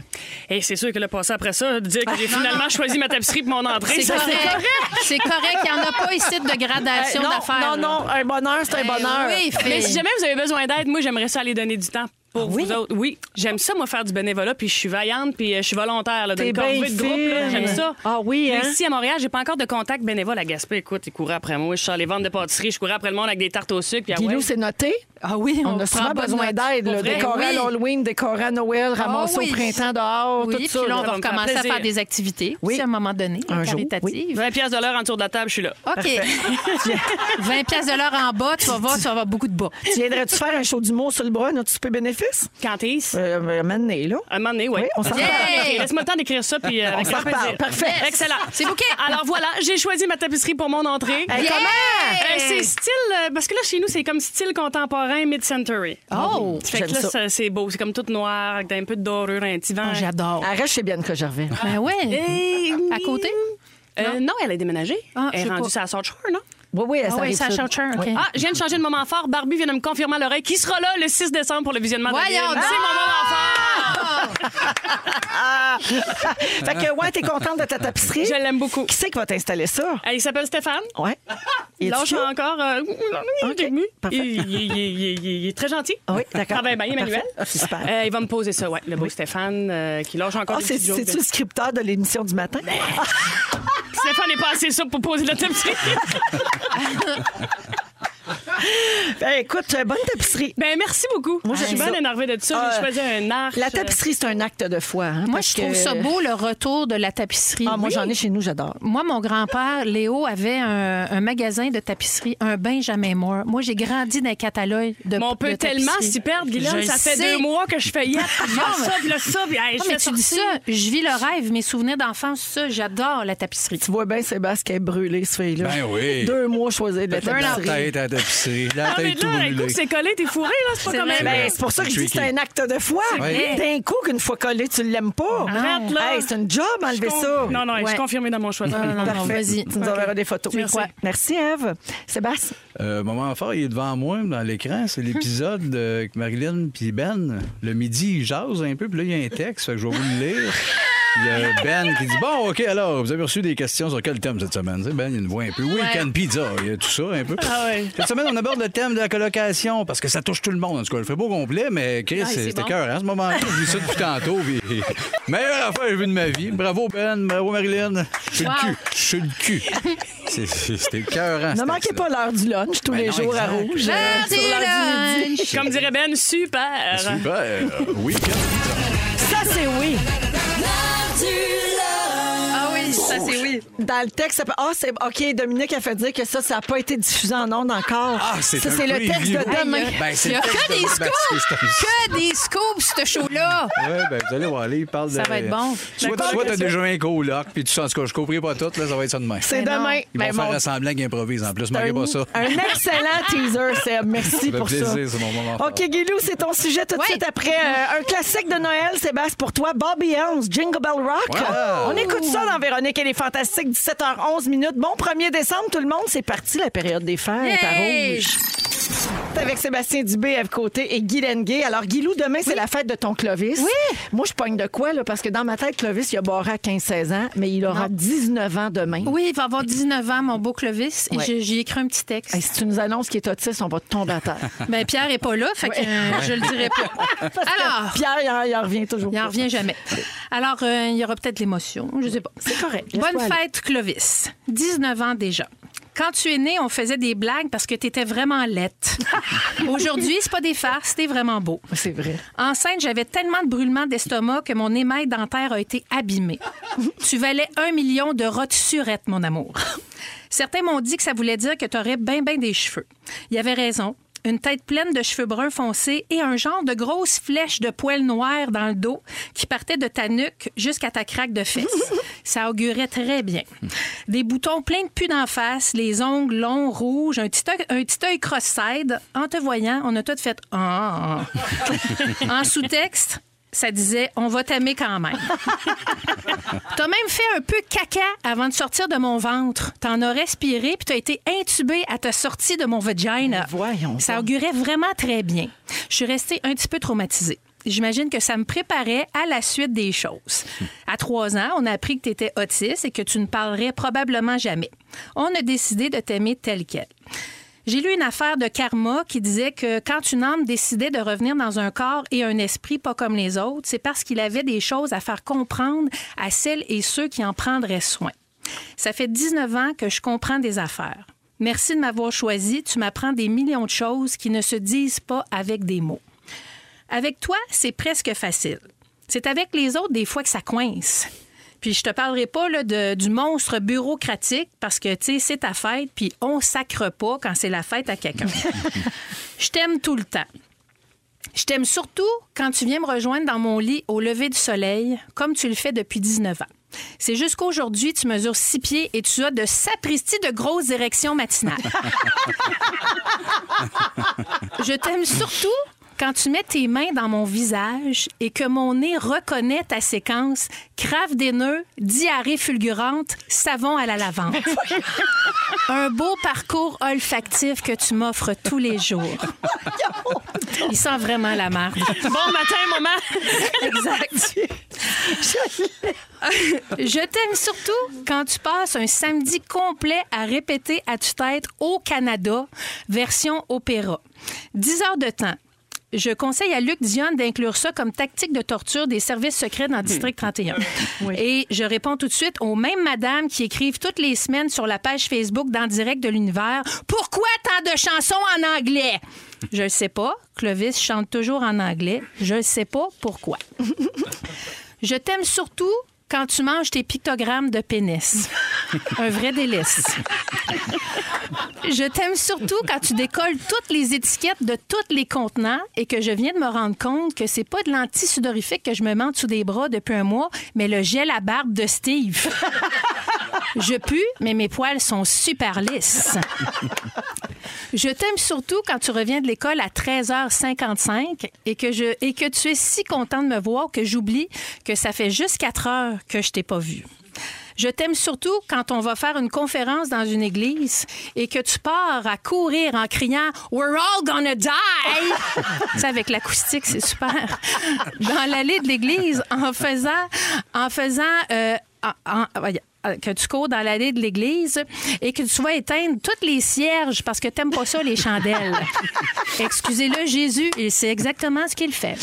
Et c'est sûr que le passé après ça, de dire que j'ai finalement choisi ma tapisserie pour mon entrée, C'est ça, correct. C'est correct. Il n'y en a pas ici de gradation Euh, non, d'affaires. non, non, un bonheur, c'est un Eh bonheur. oui, fille. Mais si jamais vous avez besoin d'aide, moi, j'aimerais ça aller donner du temps. Pour oui? vous autres, oui. J'aime ça, moi, faire du bénévolat, puis je suis vaillante, puis euh, je suis volontaire, là, T'es d'une bien corvée de groupe, là, fine. j'aime ça. Ah oui, Mais hein? ici, à Montréal, j'ai pas encore de contact bénévole à Gaspé. Écoute, ils couraient après moi, je sors les ventes de pâtisserie, je courais après le monde avec des tartes au sucre, puis ah Guilou, ouais. c'est noté. Ah oui, On, a prend souvent bonne besoin note. d'aide. Pour là. vrai, Décorer à oui. Halloween, décorer à Noël, ramasser Ah oui. au printemps dehors, Oui, tout puis ça. là, on ça va va me faire recommencer à plaisir. faire des activités Oui. aussi, à un moment donné, Un jour, oui. caritatives. 20 pièces de l'heure en tour de la table, je suis là. OK. 20 pièces de l'heure en bas, tu vas voir, tu vas avoir beaucoup de bas. Tu viendrais-tu faire un show d'humour sur le bras, notre super bénéfice? Quand t'es ici? Euh, Mané, là. À un moment donné, ouais. Oui, on s'en Laisse-moi le temps reparle. d'écrire. Laisse-moi le temps d'écrire ça, puis euh, Ah, avec s'en grand plaisir. reparle. Parfait. Excellent. C'est bouquet. Ah, Alors voilà, j'ai choisi ma tapisserie pour mon entrée. Hey, Yeah! Euh, c'est style, euh, parce que là, chez nous, c'est comme style contemporain mid-century. Oh! Fait que J'aime là, ça. ça, c'est beau. C'est comme tout noir, avec un peu de dorure, un petit vent. Ah, J'adore. Arrête chez Bianca Gervais. Ah. Ben ouais. Et- À côté? Euh, non, elle a déménagé. Ah, je elle sais est rendue pas. ça à Southshore, non? Oui, oui, elle Ah s'arrive oui, ça sur- change, OK. Ah, je viens de changer de moment fort. Barbie vient de me confirmer à l'oreille qui sera là le 6 décembre pour le visionnement de la Voyons Bible. donc! C'est mon moment fort! fait que, ouais, t'es contente de ta tapisserie? Je l'aime beaucoup. Qui c'est qui va t'installer ça? Euh, Il s'appelle Stéphane. Ouais. Il Là, je suis encore. euh, Ok, il est ému. parfait. Il, il- il- il- il- il est très gentil. Oui, d'accord. Travaille bien, Emmanuel. Parfait. Super. Euh, il va me poser ça, ouais, le beau Stéphane, euh, qui lâche encore Ah, des c'est- petites jokes. c'est-tu le scripteur de l'émission du matin? Ah, Stéphane n'est pas assez ça pour poser la tapisserie. Ben, écoute, euh, bonne tapisserie. ben, merci beaucoup. Moi, je suis j'aime bien ça. énervée de ça. J'ai Ah, choisi un arc. La tapisserie, c'est un acte de foi. hein, Moi, parce je trouve que- ça beau, le retour de la tapisserie. Ah, moi, Oui. j'en ai chez nous, j'adore. Moi, mon grand-père, Léo, avait un, un magasin de tapisserie, un Benjamin Moore. Moi, j'ai grandi dans un catalogue de euh, Mais on peut de tellement tapisserie. s'y perdre, Guylaine. Je Ça fait sais. deux mois que je fais hier. mais- ça, puis là, ça, puis, hey, Non, je mais fais tu dis ça, je vis le rêve, mes souvenirs d'enfance, ça, j'adore la tapisserie. Tu vois bien, Sébastien, qui est brûlé, ce fille-là. Ben oui. Deux mois choisir de la La tapisserie. tête à la tapisserie, la Ah, mais tête tout là, un coup brûlée. que c'est collé, t'es fourré, là. C'est pas C'est comme vrai. un Ben, c'est pour ça que je dis que c'est un acte de foi. vrai. D'un coup, qu'une fois collé, tu l'aimes pas. Ah. Arrête, là. Hey, c'est une job, enlever con- ça. Non, non, je suis Ouais. confirmée dans mon choix. Non, non, non, non, vas-y. Euh, Tu nous enverras des photos. Tu y crois. Merci, Eve. Sébastien, Euh, moment fort, il est devant moi dans l'écran. C'est l'épisode euh, avec Marilyn puis Ben. Le midi, ils jasent un peu, puis là, il y a un texte, fait que je vais vous le lire. Il y a Ben qui dit Bon, OK, alors, vous avez reçu des questions sur quel thème cette semaine Tu sais, Ben, il y a une voix un peu Weekend Pizza, il y a tout ça un peu. Ah Cette semaine, on aborde le thème de la colocation parce que ça touche tout le monde. En tout cas, je le fais pas au complet, mais Chris, c'est c'était bon. cœur à ce moment-là. Je dis ça depuis tantôt. Puis... Meilleure affaire que j'ai vue de ma vie. Bravo, Ben. Bravo, Marilyn. Je suis le cul. Je suis le cul. C'est- c'est- C'était cœur ne manquez pas l'heure du lunch tous Ben les non, jours à exact. rouge. Euh, L'heure du lunch. Comme dirait Ben, super. Super. euh, Weekend Pizza. Ça, c'est oui. Ah oui, ça c'est oui. Dans le texte, ça peut- Ah, c'est. OK, Dominique a fait dire que ça, ça n'a pas été diffusé en ondes encore. Ah, c'est Ça, un c'est le preview. texte de demain. Ben, c'est Il y a le texte que de des Max scoops! Christensen. Que des scoops, ce show-là! Ouais, ben, vous allez voir, là, il parle de. Ça va être bon. Ben, Soit D'accord, soit t'as bien sûr. déjà un coloc, puis tu sens, en tout cas, je comprends pas tout, là, ça va être ça demain. C'est Mais non. demain. Ils Ben, vont mon- faire un semblant qu'ils improvisent en plus, manquez pas ça. Un excellent teaser, Seb. Merci fait pour plaisir, ça. c'est mon moment fort. OK, Guilou, c'est ton sujet tout de Ouais. suite après. euh, un classique de Noël, Sébastien, pour toi. Bobby Helms, Jingle Bell Rock. Wow. On écoute ça dans Véronique et les Fantastiques, 17h11 minutes. Bon 1er décembre, tout le monde. C'est parti, la période des fêtes à Yay! Rouge. C'est Avec Sébastien Dubé, Eve Côté et Guy Lenguet. Alors, Guilou, demain, c'est la fête de ton Clovis. Oui. Moi, je pogne de quoi, là? Parce que dans ma tête, Clovis, il a barré à 15-16 ans, mais il aura 19 ans demain. Oui, il va avoir 19 ans, mon beau Clovis, et Ouais. j'ai- j'y ai écrit un petit texte. Hey, si tu nous annonces qu'il est autiste, on va te tomber à terre. Ben, Pierre n'est pas là, fait que euh, je le dirai pas. Parce que Alors, Ah. Pierre, il en, il en revient toujours. il pas. n'en revient jamais. Alors, euh, il y aura peut-être l'émotion, je sais pas. C'est correct. Bonne Laisse-toi aller. fête, Clovis. 19 ans déjà. Quand tu es né, on faisait des blagues parce que tu étais vraiment laite. Aujourd'hui, c'est pas des farces, t'es vraiment beau. C'est vrai. Enceinte, j'avais tellement de brûlements d'estomac que mon émail dentaire a été abîmé. tu valais un million de rotes surettes, mon amour. Certains m'ont dit que ça voulait dire que tu aurais bien, bien des cheveux. Il y avait raison. Une tête pleine de cheveux bruns foncés et un genre de grosse flèche de poils noirs dans le dos qui partait de ta nuque jusqu'à ta craque de fesses. ça augurait très bien. Des boutons pleins de pus d'en face, les ongles longs, rouges, un petit œil, un petit œil cross-side. En te voyant, on a tout fait « Ah! » En sous-texte, ça disait on va t'aimer quand même. t'as même fait un peu caca avant de sortir de mon ventre. T'en as respiré puis t'as été intubé à ta sortie de mon vagina. Mais voyons Ça donc. augurait vraiment très bien. Je suis restée un petit peu traumatisée. J'imagine que ça me préparait à la suite des choses. À trois ans, on a appris que tu étais autiste et que tu ne parlerais probablement jamais. On a décidé de t'aimer tel quel. J'ai lu une affaire de karma qui disait que quand une âme décidait de revenir dans un corps et un esprit pas comme les autres, c'est parce qu'il avait des choses à faire comprendre à celles et ceux qui en prendraient soin. Ça fait 19 ans que je comprends des affaires. Merci de m'avoir choisi. Tu m'apprends des millions de choses qui ne se disent pas avec des mots. Avec toi, c'est presque facile. C'est avec les autres des fois que ça coince. Puis je te parlerai pas là, de- du monstre bureaucratique parce que tu sais c'est ta fête puis on sacre pas quand c'est la fête à quelqu'un. je t'aime tout le temps. Je t'aime surtout quand tu viens me rejoindre dans mon lit au lever du soleil, comme tu le fais depuis 19 ans. C'est jusqu'aujourd'hui, tu mesures six pieds et tu as de sapristi de grosses érections matinales. Je t'aime surtout Quand tu mets tes mains dans mon visage et que mon nez reconnaît ta séquence, crave des nœuds, diarrhée fulgurante, savon à la lavande. Un beau parcours olfactif que tu m'offres tous les jours. Il sent vraiment la marque. Bon matin, maman! Exact. Je t'aime surtout quand tu passes un samedi complet à répéter à tue-tête au Canada, version opéra. 10 heures de temps. Je conseille à Luc Dion d'inclure ça comme tactique de torture des services secrets dans District 31. Et je réponds tout de suite aux mêmes madames qui écrivent toutes les semaines sur la page Facebook dans Direct de l'Univers Pourquoi tant de chansons en anglais? Je le sais pas. Clovis chante toujours en anglais. Je le sais pas pourquoi. Je t'aime surtout quand tu manges tes pictogrammes de pénis. Un vrai délice. Je t'aime surtout quand tu décolles toutes les étiquettes de tous les contenants et que je viens de me rendre compte que c'est pas de l'anti-sudorifique que je me mets en dessous des bras depuis un mois, mais le gel à barbe de Steve. Je pue, mais mes poils sont super lisses. Je t'aime surtout quand tu reviens de l'école à 13h55 et que, je, et que tu es si content de me voir que j'oublie que ça fait juste 4 heures que je t'ai pas vu. Je t'aime surtout quand on va faire une conférence dans une église et que tu pars à courir en criant We're all gonna die! Ça, avec l'acoustique, c'est super. Dans l'allée de l'église, en faisant. En faisant euh, en- en- voyons, euh, que tu cours dans l'allée de l'église et que tu vas éteindre toutes les cierges parce que t'aimes pas ça, les chandelles. Excusez-le, Jésus, il sait exactement ce qu'il fait.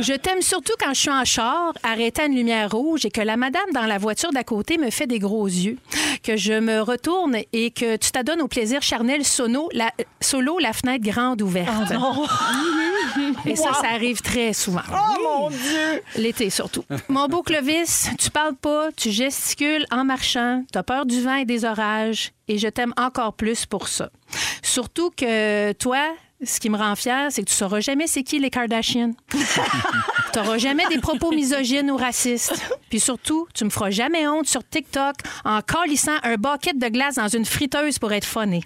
Je t'aime surtout quand je suis en char, arrêtant une lumière rouge et que la madame dans la voiture d'à côté me fait des gros yeux, que je me retourne et que tu t'adonnes au plaisir charnel sono, la, solo, la fenêtre grande ouverte. Et ça, ça arrive très souvent. L'été surtout. Mon beau Clovis, tu parles pas, tu gesticules en marchant, t'as peur du vent et des orages, et je t'aime encore plus pour ça. Surtout que toi, ce qui me rend fière, c'est que tu sauras jamais c'est qui les Kardashians. T'auras jamais des propos misogynes ou racistes. Puis surtout, tu me feras jamais honte sur TikTok en calissant un bucket de glace dans une friteuse pour être funny.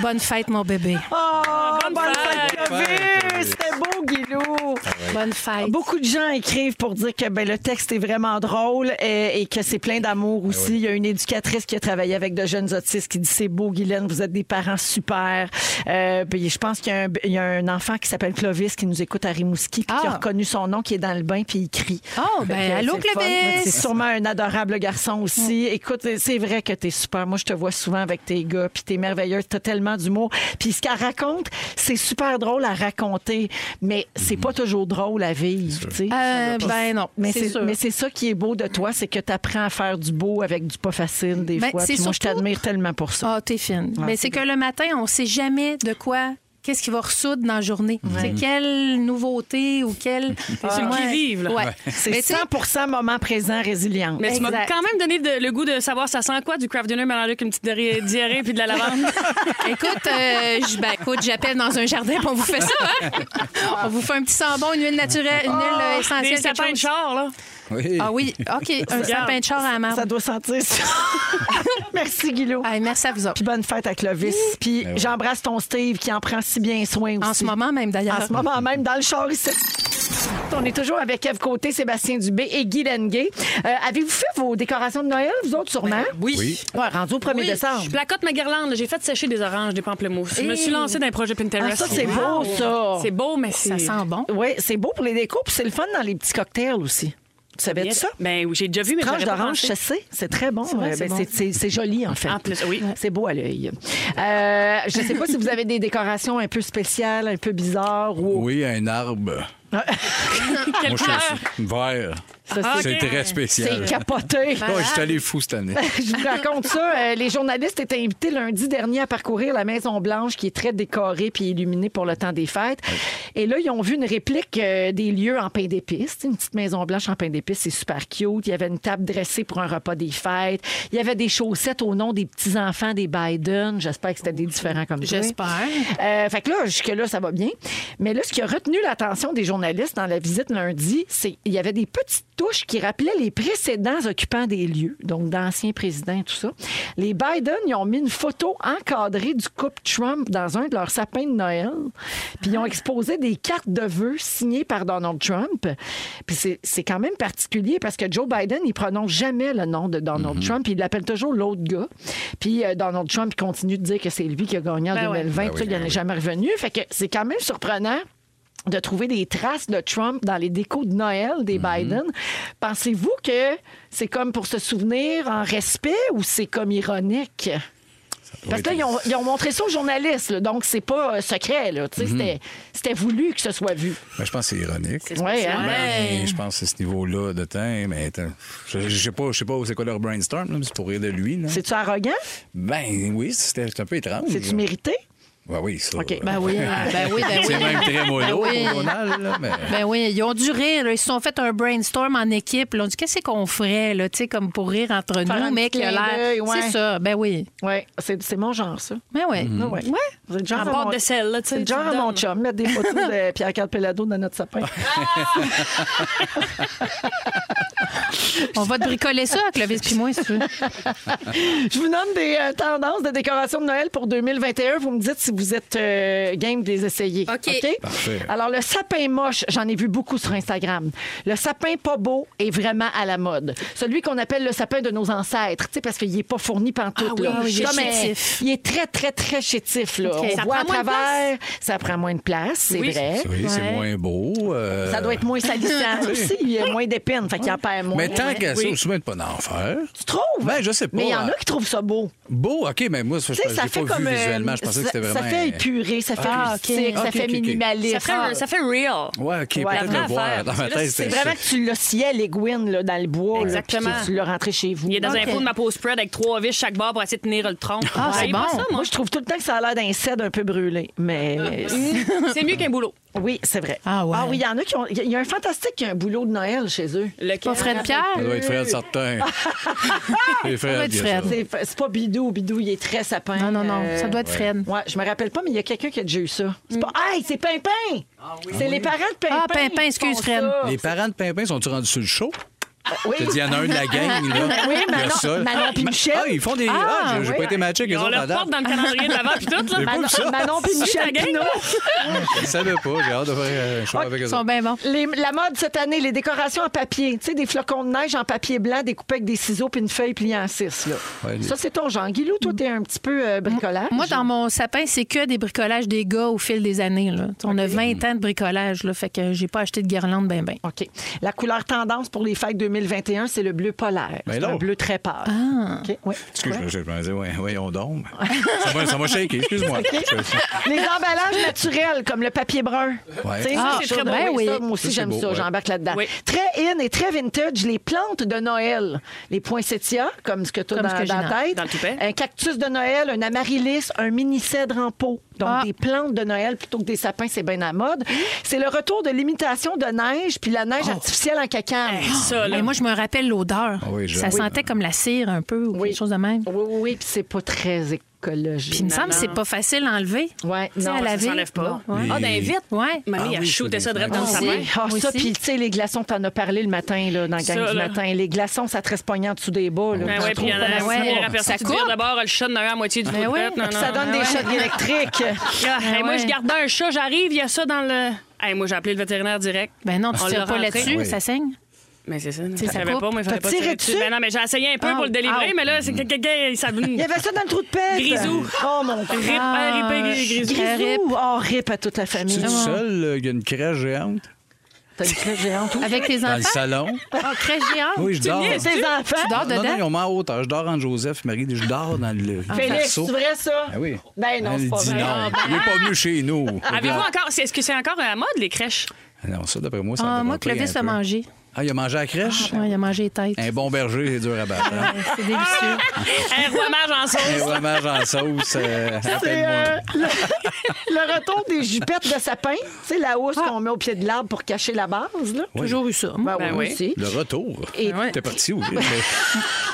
Bonne fête, mon bébé. Oh, bonne, fête. fête, Clovis! C'était beau, Guilou! Bonne fête. Beaucoup de gens écrivent pour dire que ben, le texte est vraiment drôle et, et que c'est plein d'amour aussi. Il y a une éducatrice qui a travaillé avec de jeunes autistes qui dit c'est beau, Guylaine, vous êtes des parents super. Euh, puis je pense qu'il y, a un- il y a un enfant qui s'appelle Clovis qui nous écoute à Rimouski puis qui a Ah. reconnu son nom, qui est dans le bain puis il crie. Oh, Fait ben, que allô, c'est le fun. Clovis! C'est sûrement un adorable garçon aussi. Mm. Écoute, c'est vrai que t'es super. Moi, je te vois souvent avec tes gars, puis t'es merveilleuse, t'as tellement d'humour. Puis ce qu'elle raconte, c'est super drôle à raconter, mais c'est pas toujours drôle à vivre, tu sais. Mm-hmm. Euh, ben non, Mais c'est c'est- sûr. mais c'est ça qui est beau de toi, c'est que t'apprends à faire du beau avec du pas facile des Ben, fois. c'est Puis moi, je surtout- t'admire tellement pour ça. Ah, t'es fine. Ouais, Mais c'est c'est que le matin, on sait jamais de quoi. Qu'est-ce qui va ressoudre dans la journée? C'est quelle nouveauté ou quelle. ceux qui Ouais. vivent, là. Ouais. C'est Ah. Mais tu sais, 100 moment présent résilience. Mais tu m'as Exact. quand même donné de- le goût de savoir ça sent quoi du craft dinner mélangé avec une petite diarrhée- diarrhée puis de la lavande. Écoute, euh, je- ben, écoute, j'appelle dans un jardin puis on vous fait ça. hein? On vous fait un petit sambon, une huile naturelle, une huile euh, Ah, essentielle. Des quelque sapins de chose. char, là. Oui. Ah oui, OK, un sapin de char à la marde. Ça doit sentir ça. Merci, Guillaume. Ah, merci à vous autres. Puis bonne fête à Clovis. Puis j'embrasse ton Steve qui en prend si bien soin aussi. En ce moment même, d'ailleurs. En ce moment même, dans le char ici. On est toujours avec Eve Côté, Sébastien Dubé et Guy Lenguet. Euh, Avez-vous fait vos décorations de Noël, vous autres, sûrement? Ben Oui. Ouais, rendu au 1er Oui, décembre. Je placote ma guirlande. J'ai fait sécher des oranges, des pamplemousses. Je me suis lancée dans un projet Pinterest. Eh. Ah, ça, c'est beau, ça. C'est beau, mais Ça c'est... sent bon. Oui, c'est beau pour les décos, puis c'est le fun dans les petits cocktails aussi. Tu savais-tu ça? Ben oui, j'ai déjà vu, mais Tranche j'aurais pas d'orange, je pensé. sais, c'est très bon. vrai, Euh, ben, c'est bon. c'est- C'est c'est joli, en fait. En plus, oui. C'est beau à l'œil. Euh, je ne sais pas si vous avez des décorations un peu spéciales, un peu bizarres ou. Oui, un arbre. Quelle Moi, je couleur? suis vert. Ça, c'est- C'est très spécial. Ah! C'est capoté. Ouais, je suis allé fou cette année. Je vous raconte ça. Euh, les journalistes étaient invités lundi dernier à parcourir la Maison Blanche, qui est très décorée puis illuminée pour le temps des fêtes. Et là, ils ont vu une réplique euh, des lieux en pain d'épices. Une petite Maison Blanche en pain d'épices, c'est super cute. Il y avait une table dressée pour un repas des fêtes. Il y avait des chaussettes au nom des petits enfants des Biden. J'espère que c'était des différents comme ça. J'espère. Euh, fait que là, jusque-là, ça va bien. Mais là, ce qui a retenu l'attention des journalistes dans la visite lundi, c'est qu'il y avait des petites touche qui rappelait les précédents occupants des lieux, donc d'anciens présidents et tout ça. Les Biden, ils ont mis une photo encadrée du couple Trump dans un de leurs sapins de Noël. Puis ils ont exposé des cartes de vœux signées par Donald Trump. Puis c'est- c'est quand même particulier parce que Joe Biden, il prononce jamais le nom de Donald Mhm. Trump. Il l'appelle toujours l'autre gars. Puis euh, Donald Trump, il continue de dire que c'est lui qui a gagné en Ben ouais. 2020. tout ça, il n'en est jamais revenu. Fait que c'est quand même surprenant de trouver des traces de Trump dans les décos de Noël des Mhm. Biden. Pensez-vous que c'est comme pour se souvenir en respect ou c'est comme ironique? Parce que là, ils ont, ils ont montré ça aux journalistes, là, donc c'est pas euh, secret. là, tu sais, c'était- C'était voulu que ce soit vu. Ben, je pense que c'est ironique. Ouais, hein? Ben, je pense que c'est ce niveau-là de temps, mais attends, je, je sais pas, je sais pas c'est quoi leur brainstorm, là, mais c'est pour rire de lui. Là. C'est-tu arrogant? Ben oui, c'était c'était un peu étrange. C'est-tu là. mérité? Ben oui, ça. OK. Ben oui, ben oui, ben oui. C'est même très mollo, Ben oui. pour Donald, là, mais- Ben oui, ils ont dû rire. là. Ils se sont fait un brainstorm en équipe. là. On dit qu'est-ce qu'on ferait, là, tu sais, comme pour rire entre Faire un nous, mais petit qu'il a clin d'œil, l'air. ouais. C'est ça, ben oui. Oui, c'est c'est mon genre, ça. Ben oui. Mhm. Ah Ouais. Vous êtes le genre En à porte mon- de sel, là, tu sais, C'est le tu genre à donnes. mon chum, mettre des photos de Pierre-Carl Pelado dans notre sapin. On va te bricoler ça, Clovis puis moi, si tu veux. Je vous nomme des euh, tendances de décoration de Noël pour 2021. Vous me dites si vous êtes euh, game de les essayer. OK. Parfait. Alors, le sapin moche, j'en ai vu beaucoup sur Instagram. Le sapin pas beau est vraiment à la mode. Celui qu'on appelle le sapin de nos ancêtres, tu sais, parce qu'il n'est pas fourni pantoute. Ah là. oui, il est Comme un- chétif. il est très, très, très chétif. Là. OK. On Ça voit à prend moins de travers. Ça prend moins de place, c'est vrai. Oui, c'est Ouais. moins beau. euh, Ça doit être moins salissant aussi. Il y a moins d'épines, fait qu'il en perd moins. Mais tant qu'à ça, Oui. je me souviens de pas d'en faire. Tu trouves? Ben, je sais pas. Mais il y en a qui trouvent ça beau. Beau, OK, mais moi, ça, je Tu sais, ça l'ai fait pas comme. vu euh, visuellement. Je pensais que ça- c'était vraiment... Ça fait épuré, ça fait Ah, rustique, ok. ça Ok, fait ok, ok. minimaliste. Ça fait, un- ça fait real. Ouais, OK, Ouais. peut-être La le vraie voir. affaire. Dans ma Là, tête, c'est C'est c'était vraiment ça. que tu l'as scié à l'aiguine là, dans le bois. là, Exactement. puis tu l'as rentré chez vous. Il est dans Ok. un pot de ma peau spread avec trois vis chaque barre pour essayer de tenir le tronc. Ah, c'est J'aille pas bon. ça, Moi, moi. je trouve tout le temps que ça a l'air d'un cèdre un peu brûlé. Mais C'est mieux qu'un boulot. oui, c'est vrai. Ah ouais. oui, il y en a qui ont. Il y a un fantastique qui a un boulot de Noël chez eux. Lequel? Pas Fred Ça Pierre? doit être Fred certain. c'est doit Fred. être qui a Fred. ça. C'est c'est pas Bidou. Bidou, il est très sapin. Non, non, non, Euh, ça doit être Fred. Ouais, je me rappelle pas, mais il y a quelqu'un qui a déjà eu ça. C'est pas. Mm. Hey, c'est Pimpin! C'est les parents de Pimpin. Ah, Pimpin, qui excuse, font Fred. ça. Les parents de Pimpin sont-ils rendus sur le show? Oui. T'as dit, il y en a un de la gang, là. Ben Oui, Il y a Manon- ça. Manon puis Ma- Michel. Ah, ils font des. Ah, j'ai j'ai pas été matché avec les On autres le porte madame. dans le calendrier de l'avant puis tout. Là. Manon, ça. Manon puis Michel gang, Pinault. Je le savais pas. J'ai hâte de faire un show avec eux. Ils sont autres. bien bons. Les- la mode cette année, les décorations en papier. Tu sais, des flocons de neige en papier blanc découpés avec des ciseaux puis une feuille pliée en six. Là. Ouais, ça, c'est ton genre. Guilou, toi, t'es un petit peu euh, bricolage. Moi, dans mon sapin, c'est que des bricolages des gars au fil des années. Là. On a Mhm. 20 ans de bricolage, là, fait que j'ai pas acheté de guirlande ben ben. OK. La couleur tendance pour les fêtes 2021, c'est le bleu polaire. Ben c'est là. un bleu très pâle. OK, ouais. Excuse-moi, je je me disais, ouais, voyons donc. Ça m'a- Ça m'a shaké, excuse-moi. Les emballages naturels, comme le papier brun. Ouais. Tu sais, Ah, c'est c'est très très beau. beau. Oui, ça, Oui. moi aussi, Ça, c'est j'aime beau, ça. ouais. J'embarque là-dedans. Oui. Très in et très vintage, les plantes de Noël. Les poinsettias, comme ce que tu as Comme ce dans, que j'ai dans la dans- tête. dans le toupet. Un cactus de Noël, un amaryllis, un mini-cèdre en pot. Donc, Ah. des plantes de Noël plutôt que des sapins, c'est bien à mode. C'est le retour de l'imitation de neige, puis la neige Oh. artificielle en cacane. Ça, là. Mais moi, je me rappelle l'odeur. Ah oui, je- ça oui. sentait comme la cire un peu ou Oui. quelque chose de même. Oui, oui, oui, puis c'est pas très écologique. Puis il me semble que c'est non. pas facile à enlever. Ouais, Tu sais, non, à ça laver. s'enlève pas. Ouais. Les- Ah, ben vite. Ouais. Mamie, Ah elle oui, shootait c'est ça direct dans le Ah, sapin. oui. Ah, Moi ça, aussi. puis, tu sais, les glaçons, t'en as parlé le matin, là, dans le gang Ça, du là. matin. Les glaçons, ça te reste pognant en dessous des bas, là. Ben Tu ouais, puis il y en trouves a pas ouais. la- un aperçu, Ça tu coupe. vires d'abord le chat de à moitié du Mais foot oui. prêt. Non, non, Ça donne non. des Ah, chocs électriques. Ah, hey, Moi, ouais. je gardais un chat, j'arrive, il y a ça dans le. Hey, moi, j'ai appelé le vétérinaire direct. Ben non, tu On tires l'a pas rentré. là-dessus, Oui. ça saigne. Mais c'est ça. non, Je ça savais coupe. pas, moi, il fallait T'as pas tirer tiré dessus. dessus? Ben non, mais j'ai essayé un peu Ah, pour le ah. délivrer, mais là, c'est que quelqu'un, ça Il y avait ça dans le trou de pète. Grisou. Oh, mon Dieu. Rip, hein, rip, rip, rip, rip. Ah, rip. Grisou. Oh, rip à toute la famille. Tu es seul, là, il y a une crèche géante T'as une crèche géante. où? Avec tes dans le enfants? salon. Ah, crèche géante. Oui, je dors. Ah, Tes enfants. Tu dors Non, non, ils dedans? ont mis en hauteur. Je dors en Joseph, Marie. Je dors dans le Ah, Félix, berceau. c'est vrai, ça? Ah oui. Ben non, Elle c'est pas dit vrai. ben. non. Il n'est pas venu chez nous. Avez-vous encore. c'est- Est-ce que c'est encore à la mode, les crèches? Non, ça, d'après moi, ça Ah, a moi, développé Clovis un a peu. mangé. Ah, il a mangé à la crèche? Ouais, il a mangé les têtes. Un bon berger, c'est dur à battre. hein. C'est délicieux. Un fromage Eh, en Un sauce. fromage en sauce, euh, C'est appelle-moi. euh, le, le retour des jupettes de sapin. Tu sais, la housse qu'on met au pied de l'arbre pour cacher la base, là. Toujours eu ça. Ben, Ben oui. oui. aussi. Le retour. Et- T'es parti où? là?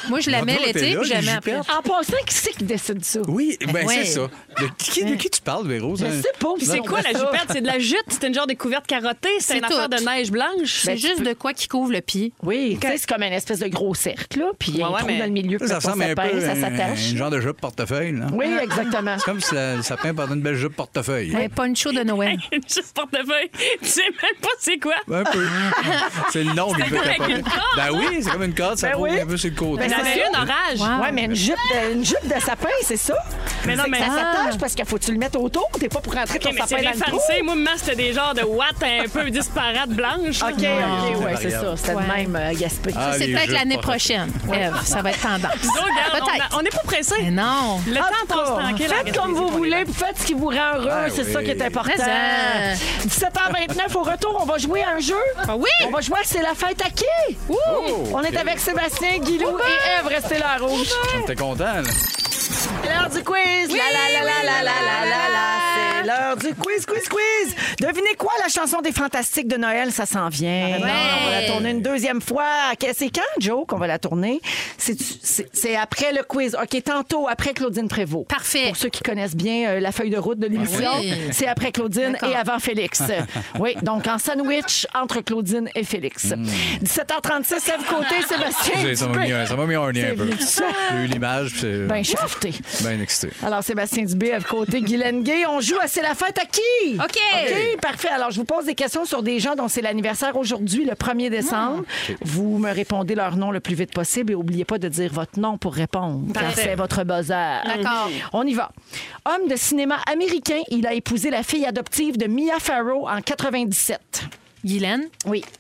Moi, je la Mon mets Dieu, t'es l'été, là, puis je la les mets après. jupettes. En passant, qui c'est qui décide ça? Oui, ben Ouais. c'est ça. De qui, de qui tu parles, Véro? Je ça? sais pas. Puis c'est quoi la jupette? C'est de la jute? C'est une genre de couverte carottée? C'est C'est une affaire tout. Ben, de neige blanche? C'est juste de quoi qui couvre le pied. Oui, tu sais, c'est comme une espèce de gros cercle, là, puis il y a Ouais, un ouais, trou mais- dans le milieu, Ça, puis ça mettons, ressemble ça un peu pèse, à ça s'attache. un genre de jupe portefeuille. là. Oui, Ah. exactement. C'est comme si le sapin portait une belle jupe portefeuille. Un poncho de Noël. Juste portefeuille. Tu sais même pas c'est quoi. Un peu. C'est le nom du C'est comme avec une corde, Ben oui, c'est comme une corde, ça Ben roule oui. un peu sur le côté. Ben, J'en c'est ai ça. une orage. Wow. Oui, mais une jupe de, une jupe de sapin, c'est ça? Mais non, C'est que mais- ça Ah. s'attache parce qu'il faut que tu le mettes autour. T'es pas pour rentrer Ok, mais ton c'est sapin des dans le trou. fancy. Moi, maman, c'était des genres de watts un peu disparates blanches. OK, OK, ouais, c'est ça. variable. C'était le Ouais. même euh, Gaspé. Ah, C'est les peut-être jupes l'année portefeuilles. prochaine, Ève. Ça va être tendance. Donc, Oh, regarde, on a- Peut-être. on n'est pas pressé. Mais non. En Le temps tout passe cas, tranquille. à Faites comme Gaspésie, vous on est voulez, là. puis faites ce qui vous rend heureux, Ah c'est oui. ça qui est important. Mais ça. 17h29, au retour, on va jouer à un jeu. Ah oui? On va jouer à C'est la fête à qui? on est avec Sébastien, Guilou et Eve. Restez là, rouge. T'es content, là? C'est l'heure du quiz. La la la la la la la la la. C'est l'heure du quiz, quiz, quiz. Devinez quoi, la chanson des Fantastiques de Noël, ça s'en vient. Ah, Non, On va la tourner une deuxième fois. Que- C'est quand, Joe, qu'on va la tourner? C'est- C'est c'est après le quiz. OK, tantôt, après Claudine Prévost. Parfait. Pour ceux qui connaissent bien euh, la feuille de route de l'émission, Oui. c'est après Claudine D'accord. et avant Félix. oui, donc en sandwich entre Claudine et Félix. 17h36, Sèvres Côté, Sébastien. Excusez, Ça m'a Dubé. mis un- ça m'a mis un nez un peu. C'est ça. J'ai eu l'image, puis c'est Ben, je suis affectée. bien excité. Alors, Sébastien Dubé, à côté Guylaine Gay, on joue à C'est la fête à qui? OK. OK, parfait. Alors, je vous pose des questions sur des gens dont c'est l'anniversaire aujourd'hui, le 1er décembre. Ah, Vous me répondez leur nom le plus vite possible et n'oubliez pas de dire votre nom pour répondre. car Parfait. C'est votre buzzer. D'accord. On y va. Homme de cinéma américain, il a épousé la fille adoptive de Mia Farrow en 97. Guylaine, Oui. Ah,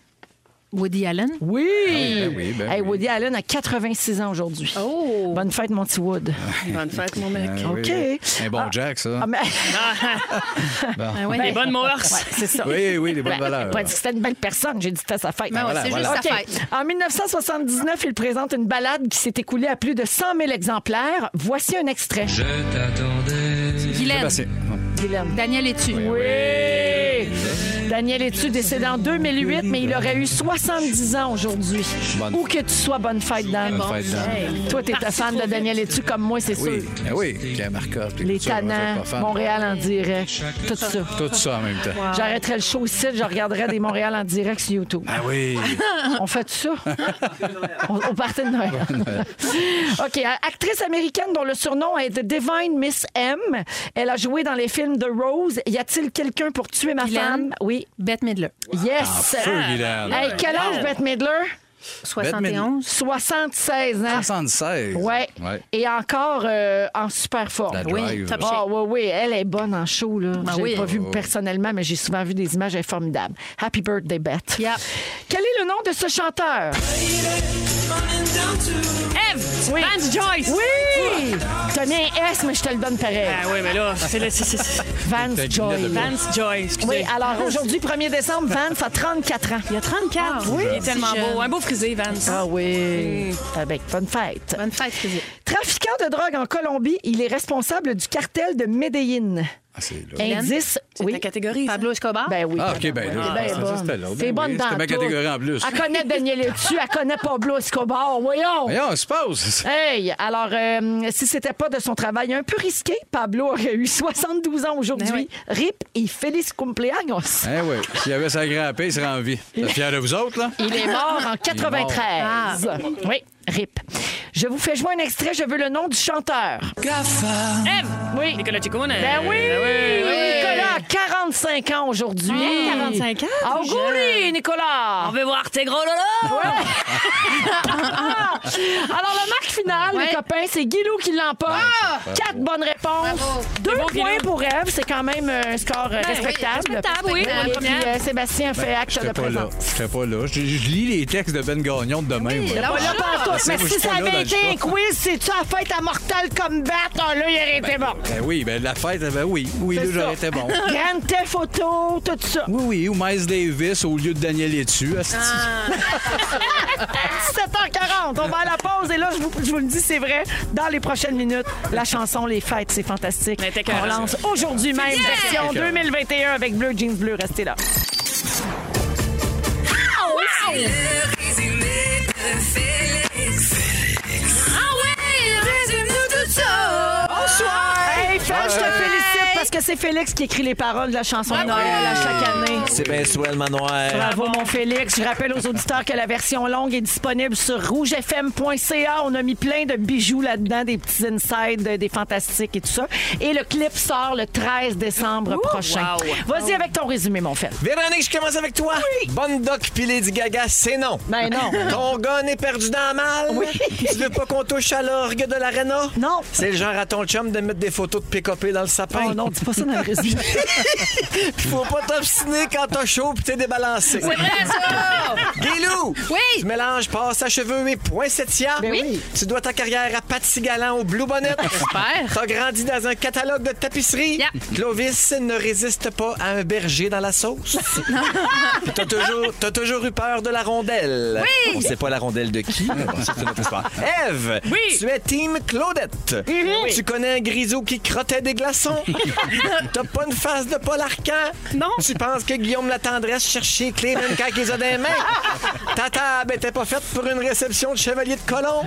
Woody Allen. Oui. ben oui, ben Hey, oui. Woody Allen a 86 ans aujourd'hui. Ah. Oh. Bonne fête, Monty Wood. Bonne fête, mon mec. Ben oui. OK. Un bon Jack, ça. Ah, mais- Ah ouais. Des bonnes Ouais, morses. c'est ça. Oui, oui, des bonnes Ouais, valeurs. Pas dit que c'était une belle personne, j'ai dit que c'était sa fête. Ben ouais, c'est voilà. juste sa OK. fête. En 1979, il présente une balade qui s'est écoulée à plus de 100 000 exemplaires. Voici un extrait. Guylaine. Sébastien. Guylaine. Daniel Etu. Oui! Daniel Etu, décédé en 2008, mais il aurait eu 70 ans aujourd'hui. Bonne- Où que tu sois, bonne fête, Dan. Bonne fête, Dan. Hey, toi, t'es un fan de Daniel Etu comme moi, c'est Oui, sûr. ben oui. Pierre Marcotte, Les Couture, moi, je Tanans, suis pas fan. Montréal en direct, tout ça. Tout ça en même temps. J'arrêterais le show ici, je regarderais des Montréal en direct sur YouTube. Ah oui. On fait ça? on, on partait de Noël. OK. euh, Actrice américaine dont le surnom est The Divine Miss M. Elle a joué dans les films The Rose. Y a-t-il quelqu'un pour tuer ma Guylaine? femme? Oui. Bette Midler. Yes. Feu, Guylaine. Hey, quel âge, Bette Midler? 71. 76 ans. 76. Ouais. Ouais. Et encore euh, en super forme. La Oui, drive. Bah, top Ah oui, oui, elle est bonne en show. Là. Ah je l'ai oui. pas vu Oh. personnellement, mais j'ai souvent vu des images, elle est formidable. Happy birthday, Beth. Yep. Quel est le nom de ce chanteur? Eve, Oui. Vance Joyce. Oui! T'as mis un S, mais je te le donne pareil. Ah oui, mais là, c'est le. c'est- c'est- c'est- Vance T'as une lunette Joy. de Vance- Vance Joyce, excusez. Oui, alors aujourd'hui, 1er décembre, Vance a 34 ans. Il y a 34. oui. Il est tellement jeune. beau. Un beau frisé, Vance. Ah oui. Avec bonne fête. Bonne fête, Suzy. Trafiquant de drogue en Colombie, il est responsable du cartel de Medellin. Ah, c'est là. Indice, C'est ta oui. catégorie. ça. Pablo Escobar. Ben oui. Ah, OK, ben là. Ben, ça, bonne. ça, c'était l'autre. T'es Ben bonne oui, dans C'était ma tout. catégorie en plus. Elle connaît Daniel Etu, elle connaît Pablo Escobar. Voyons! Voyons, on se passe. Hey, alors, euh, si c'était pas de son travail un peu risqué, Pablo aurait eu 72 ans aujourd'hui. Ben oui. Rip et Feliz cumpleaños. Eh oui, s'il y avait sa grappée, il serait en vie. Vous êtes fiers de vous autres, là? Il est mort en 93. Oui, rip. Je vous fais jouer un extrait, je veux le nom du chanteur. Eve. Oui. Nicolas Chicone. Ben oui! Ah Nicolas, 45 ans aujourd'hui. 45 ans, Augurie, Nicolas! On veut voir tes gros lolos. Ah! Alors, la marque finale, Ouais. les copains, c'est Guilou qui l'emporte. Quatre bonnes réponses. Deux Bravo, points Guilou. pour Eve. C'est quand même euh, un score euh, respectable. respectable, oui. Et La puis, première. euh, Sébastien fait acte de Ben, J'étais pas là. présence. J'étais pas là. Je, je lis les textes de Ben Gagnon de demain, moi. Pas là partout. c'est Mais moi, je Ben, si suis ça Ben, pas là dans avait le été show. un quiz, c'est-tu à fête à Mortal Kombat? Ah, là, il aurait été bon. Ben oui, ben la fête, ben oui. Oui, là, C'est ça. j'aurais été bon. Grande Theft Auto, tout ça. Oui, oui, ou Miles Davis au lieu de Daniel Ah. Etu. asti. 17h40, on va à la pause. Et là, je vous, je vous le dis, c'est vrai, dans les prochaines minutes, la chanson Les Fêtes, c'est fantastique. Mais t'es On carré, lance aujourd'hui même, version 2021 avec Bleu Jeans Bleu. Restez là. Le résumé de Félix. Ah ouais, résume-nous tout ça. Bonsoir! Hey, Fred, je te félicite parce que c'est Félix qui écrit les paroles de la chanson de Bravo! Noël à chaque année. C'est bien swell, Manoir. Bravo, mon Félix. Je rappelle aux auditeurs que la version longue est disponible sur rougefm.ca. On a mis plein de bijoux là-dedans, des petits insides, euh, des fantastiques et tout ça. Et le clip sort le 13 décembre prochain. Vas-y avec ton résumé, mon Félix. Véronique, je commence avec Ah toi. Bonne doc puis Lady Gaga, c'est non. Ben non. Ton gun est perdu dans la malle. Oui. Tu veux pas qu'on touche à l'orgue de l'arena? Non. C'est le genre à ton chum de mettre des photos de pick-upé dans le sapin. Oh non, dis pas ça dans le résumé. Puis faut pas t'obstiner quand t'as chaud puis t'es C'est débalancé. vrai, ça! Guilou! Oui. Tu mélanges passe à cheveux et poinsettia. Ben oui. Tu dois ta carrière à Patsy Galant au Blue Bonnet. Super. T'as grandi dans un catalogue de tapisserie. Yeah. Clovis ne résiste pas à un berger dans la sauce. Puis t'as toujours, t'as toujours eu peur de la rondelle. Oui. On sait pas la rondelle de qui. mais bon, ça, c'est une autre histoire. Ève, Oui. Mm-hmm. tu es team Claudette. Tu connais un grisou qui crottait des glaçons. t'as pas une face de Paul Arcan. Non. Tu penses que Guillaume la tendresse cherchait les clés même quand ils ont des mains. Ta table était pas faite pour une réception de chevalier de colon.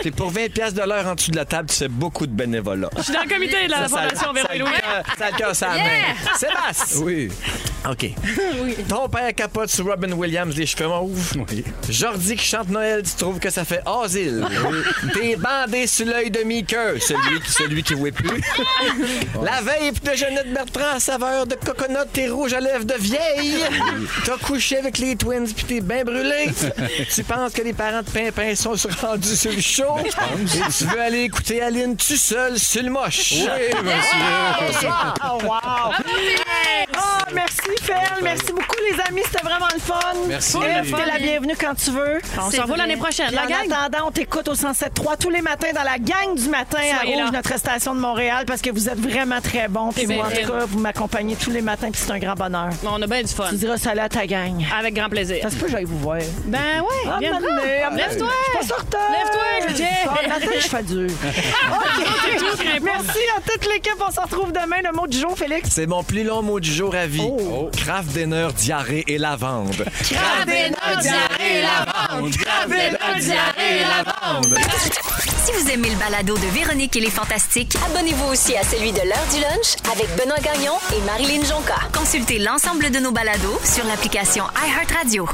Puis pour 20 pièces de l'heure en dessous de la table, tu fais beaucoup de bénévolat. Je suis dans le comité de Ça, la ça- Fondation ça a le Véro-Louis. cœur- ça a le cœur sur la main. Sébastien! Oui. OK. Ton père capote sur Robin Williams, les cheveux mauves. Oui. Jordi qui chante Noël, tu trouves que ça fait asile. T'es bandé sur l'œil de Mickey, celui, celui qui voit plus. La vape de Jeannette Bertrand à saveur de coconut, t'es rouge à lèvres de vieille. T'as couché avec les twins puis t'es bien brûlé. tu penses que les parents de Pimpin sont sur- rendus sur le show. Et tu veux aller écouter Aline tout seul sur le moche. Oh, wow! Ah, merci, Fel. Merci beaucoup, les amis. C'était vraiment le fun. Merci. Ève, t'es la bienvenue quand tu veux. On se revoit l'année prochaine, Puis la en gang. attendant, on t'écoute au 107.3 tous les matins dans la gang du matin Soyez à Rouge, là. notre station de Montréal, parce que vous êtes vraiment très bons. Puis C'est moi, en vrai. tout cas, vous m'accompagnez tous les matins, puis c'est un grand bonheur. On a bien du fun. Tu diras salut à ta gang. Avec grand plaisir. Ça se peut que j'aille vous voir. Ben ouais, Ah, viens m'amener, prendre. m'amener. Lève-toi. Je suis pas sorteuse. Lève-toi, Gutiérrez. Ah, le matin, je fais dur. tout OK. craint pas. Merci à toute l'équipe. On se retrouve demain. Le mot du jour, Félix. C'est mon plus long mot du jour à vie. Oh. Craft dinner, diarrhée et lavande. Si vous aimez le balado de Véronique et les Fantastiques, Abonnez-vous aussi à celui de l'heure du lunch avec Benoît Gagnon et Marilyn Jonca. consultez l'ensemble de nos balados sur l'application iHeartRadio.